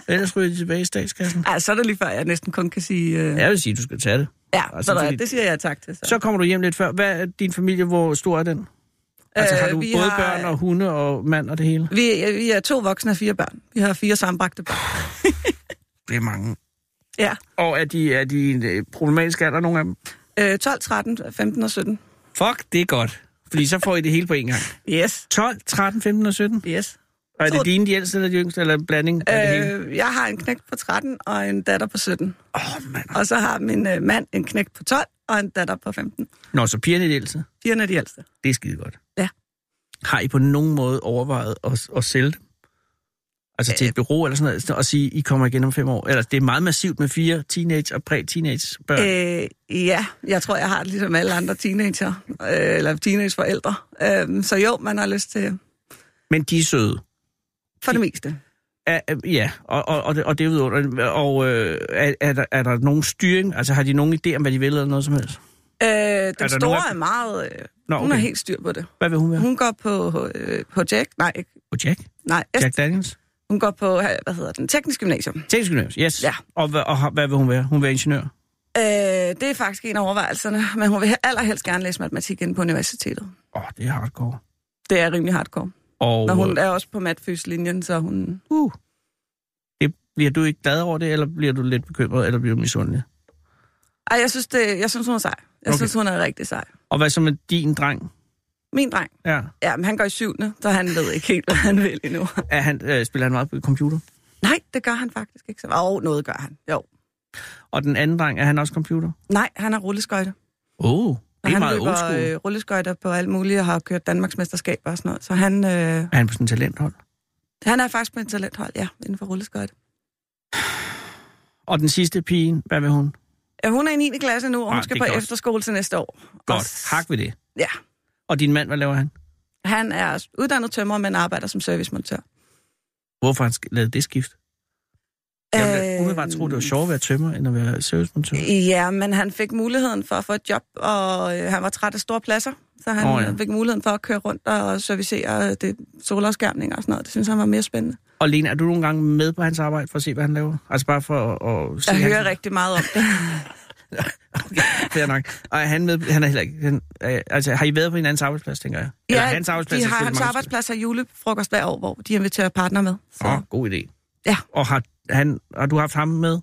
D: Ellers ryger de tilbage i statskassen.
M: Ej, så er det lige før, jeg næsten kun kan sige... Øh...
D: Jeg vil sige, du skal tage det.
M: Ja,
D: altså,
M: så der,
D: fordi-
M: det siger jeg tak til. Så.
D: Så kommer du hjem lidt før. Hvad er din familie? Hvor stor er den? Altså har
M: Øh,
D: du
M: vi
D: både
M: har-
D: børn og hunde og mand og det hele?
M: Vi, vi er to voksne og fire børn. Vi har fire sambragte børn.
D: Det er mange.
M: Ja.
D: Og er de, er de øh, problematiske alder, nogle af dem?
M: Øh, 12, 13, 15 og 17.
D: Fuck, det er godt. Fordi så får I det hele på én gang.
M: Yes.
D: 12, 13, 15 og 17?
M: Yes.
D: Og er
M: To-
D: det dine, de ældste eller de yngste, eller en blanding af det hele?
M: Øh, jeg har en knægt på 13 og en datter på 17.
D: Oh, mand.
M: Og så har min øh, mand en knægt på 12 og en datter på 15.
D: Nå, så pigerne er de ældste.
M: Pigerne er de ældste.
D: Det er skide godt.
M: Ja.
D: Har I på nogen måde overvejet at, at sælge dem? Altså
M: Øh.
D: til et bureau eller sådan noget, og sige, I kommer igen om fem år? Eller det er meget massivt med fire teenage og præ-teenage børn. Øh.
M: Øh, ja, jeg tror, jeg har det ligesom alle andre teenager, øh, eller teenageforældre. Øh, så jo, man har lyst til
D: Men de er søde.
M: for det meste.
D: Er, er- ja, og, og, og, det, og det er vidunderligt. Og øh, er, er, der, er der nogen styring? Altså har de nogen idé om, hvad de vil eller noget som helst?
M: Øh,
D: der
M: den
D: nogen
M: store
D: af-
M: er meget... Øh,
D: Nå,
M: Nå, Hun
D: okay.
M: har helt styr på det.
D: Hvad vil hun være?
M: Hun går på, øh, på Jack. Nej, ikke.
D: På Jack?
M: Nej, Est.
D: Jack Daniels?
M: Hun går på, øh, hvad hedder den, teknisk gymnasium.
D: Teknisk gymnasium, yes. Ja. Og, hvad- og, og hvad vil hun være? Hun vil være ingeniør.
M: Øh, det er faktisk en af overvejelserne, men hun vil allerhelst gerne læse matematik inde på universitetet.
D: Åh, oh, det er hardcore.
M: Det er rimelig hardcore.
D: Og,
M: Og hun
D: øh,
M: er også på matfys-linjen, så hun...
D: Uh. det, bliver du ikke glad over det, eller bliver du lidt bekymret, eller bliver du misundelig?
M: Ej, jeg synes, det, jeg synes hun er sej. Jeg okay. synes, hun er rigtig sej.
D: Og hvad så med din dreng?
M: Min dreng.
D: Ja.
M: Ja, men han går i syvende, så han ved ikke helt, hvad han vil endnu.
D: Er han, øh, spiller han meget på computer?
M: Nej, det gør han faktisk ikke så meget. Åh, noget gør han. Jo.
D: Og den anden dreng, er han også computer?
M: Nej, han har rulleskøjte.
D: Åh, oh,
M: Og
D: det er
M: han
D: meget old
M: løber
D: school.
M: øh, rulleskøjter på alt muligt og har kørt Danmarks mesterskaber og sådan noget. Så han, øh,
D: Er han på sådan en talenthold?
M: han er faktisk på et talenthold, ja, inden for rulleskøjte.
D: Og den sidste pige, hvad vil hun?
M: Ja, hun er i 9. klasse nu, og hun
D: Ah,
M: skal
D: det
M: på
D: er godt.
M: efterskole til næste år.
D: Godt, hak ved det.
M: Ja,
D: Og din mand, hvad laver han?
M: han er uddannet tømrer, men arbejder som servicemontør.
D: Hvorfor har han sk- lavet det skift? Jeg ville da umiddelbart tro, det var sjovere at være tømmer, end at være servicemontør.
M: Øh, Ja, men han fik muligheden for at få et job, og øh, han var træt af store pladser, så han
D: Nå
M: oh,
D: ja.
M: ja. fik muligheden for at køre rundt og servicere øh, det, solafskærmning og sådan noget. Det synes han var mere spændende.
D: Og Lena, er du nogle gange med på hans arbejde for at se, hvad han laver? Altså bare for at, at se
M: Jeg
D: hans-
M: hører rigtig meget om det.
D: Fair nok. Og er han med, han er heller ikke, han, øh, altså har I været på hinandens arbejdsplads, tænker jeg? Eller hans arbejdsplads?
M: de
D: er
M: har hans
D: selvfølgelig
M: arbejdsplads og julefrokost hver år, hvor de inviterer partner med.
D: mange- Åh, oh, god idé.
M: Ja.
D: Og har, han, har du haft ham med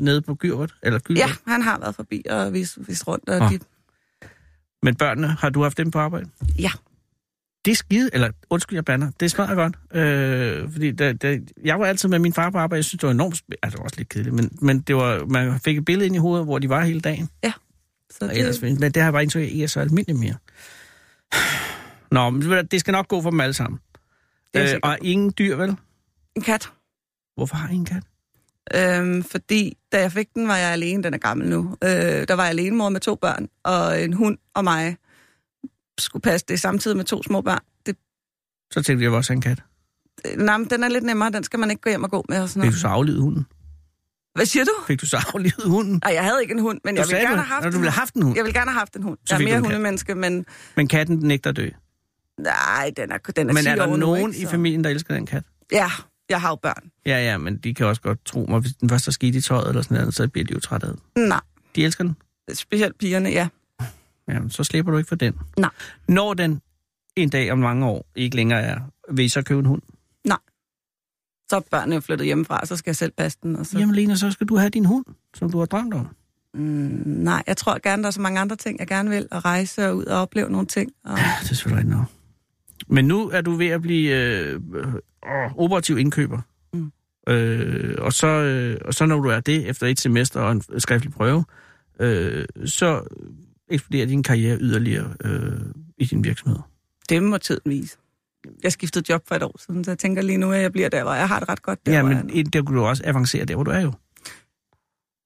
D: nede på Gyrt? Eller Gyrt?
M: Ja, han har været forbi og vist, vist rundt. Og
D: Åh.
M: de,
D: Men børnene, har du haft dem på arbejde?
M: ja.
D: Det er skide, eller undskyld, jeg blander. Det smager godt. Øh, fordi da, da, jeg var altid med min far på arbejde. Jeg synes, det var enormt spæ- Altså, det var også lidt kedeligt, men, men det var, man fik et billede ind i hovedet, hvor de var hele dagen.
M: Ja. Så
D: Og
M: det-
D: ellers, men det har jeg bare indtryk, af, at I er så almindelige mere. Nå, men ved du hvad, det skal nok gå for dem alle sammen.
M: Det er
D: Øh,
M: sikkert.
D: og ingen dyr, vel?
M: En kat.
D: Hvorfor har I en kat?
M: Øhm, fordi da jeg fik den, var jeg alene. Den er gammel nu. Øh, der var jeg alene mor med to børn, og en hund og mig skulle passe det samtidig med to små børn. Det,
D: Så tænkte jeg, jeg vil også have en kat.
M: det- nej, men den er lidt nemmere. Den skal man ikke gå hjem og gå med. Og sådan
D: Fik du
M: noget.
D: så aflivet hunden?
M: Hvad siger du?
D: Fik du så aflivet hunden?
M: Nej, jeg havde ikke en hund, men
D: Du
M: jeg ville
D: sagde,
M: gerne
D: du-
M: have haft
D: Nå, du ville have haft en hund.
M: Jeg ville gerne have haft en hund. jeg
D: Så
M: er
D: fik du
M: mere
D: en kat.
M: hundemenneske, men
D: Men katten den nægter at dø.
M: nej, den er, den er
D: men
M: 10
D: er der
M: år
D: nogen
M: nu, ikke,
D: i
M: så-
D: familien, der elsker den kat?
M: Ja, jeg har jo børn.
D: Ja, ja, men de kan også godt tro mig, hvis den først er skidt i tøjet eller sådan noget, så bliver de jo trætte af den.
M: Nej,
D: De elsker den.
M: specielt pigerne, ja.
D: Jamen, så slipper du ikke for den.
M: Nej.
D: Når den en dag om mange år ikke længere er, vil I så købe en hund?
M: Nej. Så er børnene jo flyttet hjemmefra, og så skal jeg selv passe den. Og så...
D: Jamen Lena, så skal du have din hund, som du har drømt om.
M: Mm, nej, jeg tror gerne, der er så mange andre ting, jeg gerne vil. At rejse og ud og opleve nogle ting. Og...
D: Ja, det er selvfølgelig rigtigt nok. Men nu er du ved at blive øh, øh, operativ indkøber. Mm. Øh, og, så, øh, og så når du er det, efter et semester og en skriftlig prøve, øh, så eksploderer din karriere yderligere øh, i din virksomhed.
M: Det må tiden vise. Jeg skiftede job for et år siden, så jeg tænker lige nu, at jeg bliver der, hvor jeg har det ret godt. Der,
D: Det ja,
M: hvor
D: men
M: jeg... er nu.
D: der kunne du også avancere der, hvor du er jo.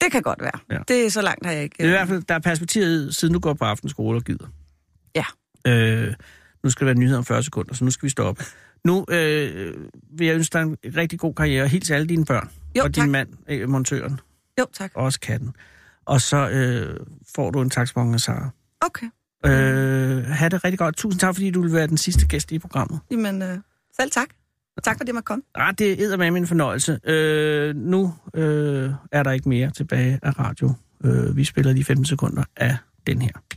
M: Det kan godt være.
D: Ja.
M: Ja. Det er så langt, har jeg ikke.
D: Det er i hvert fald, der er perspektivet, siden du går på aftenskole og gider.
M: Ja.
D: Øh, nu skal der være nyheder om 40 sekunder, så nu skal vi stoppe. Nu øh, vil jeg ønske dig en rigtig god karriere. Hils alle dine børn.
M: Jo,
D: og din mand, øh, montøren.
M: Jo, tak.
D: Og også katten. Og så øh, får du en taksbong af Sara.
M: Okay.
D: Øh, ha' det rigtig godt. Tusind tak, fordi du vil være den sidste gæst i programmet.
M: Jamen, øh, selv tak. Tak fordi jeg måtte komme.
D: Ah, det er med en fornøjelse. Øh, nu øh, er der ikke mere tilbage af radio. Øh, vi spiller lige 15 sekunder af den her.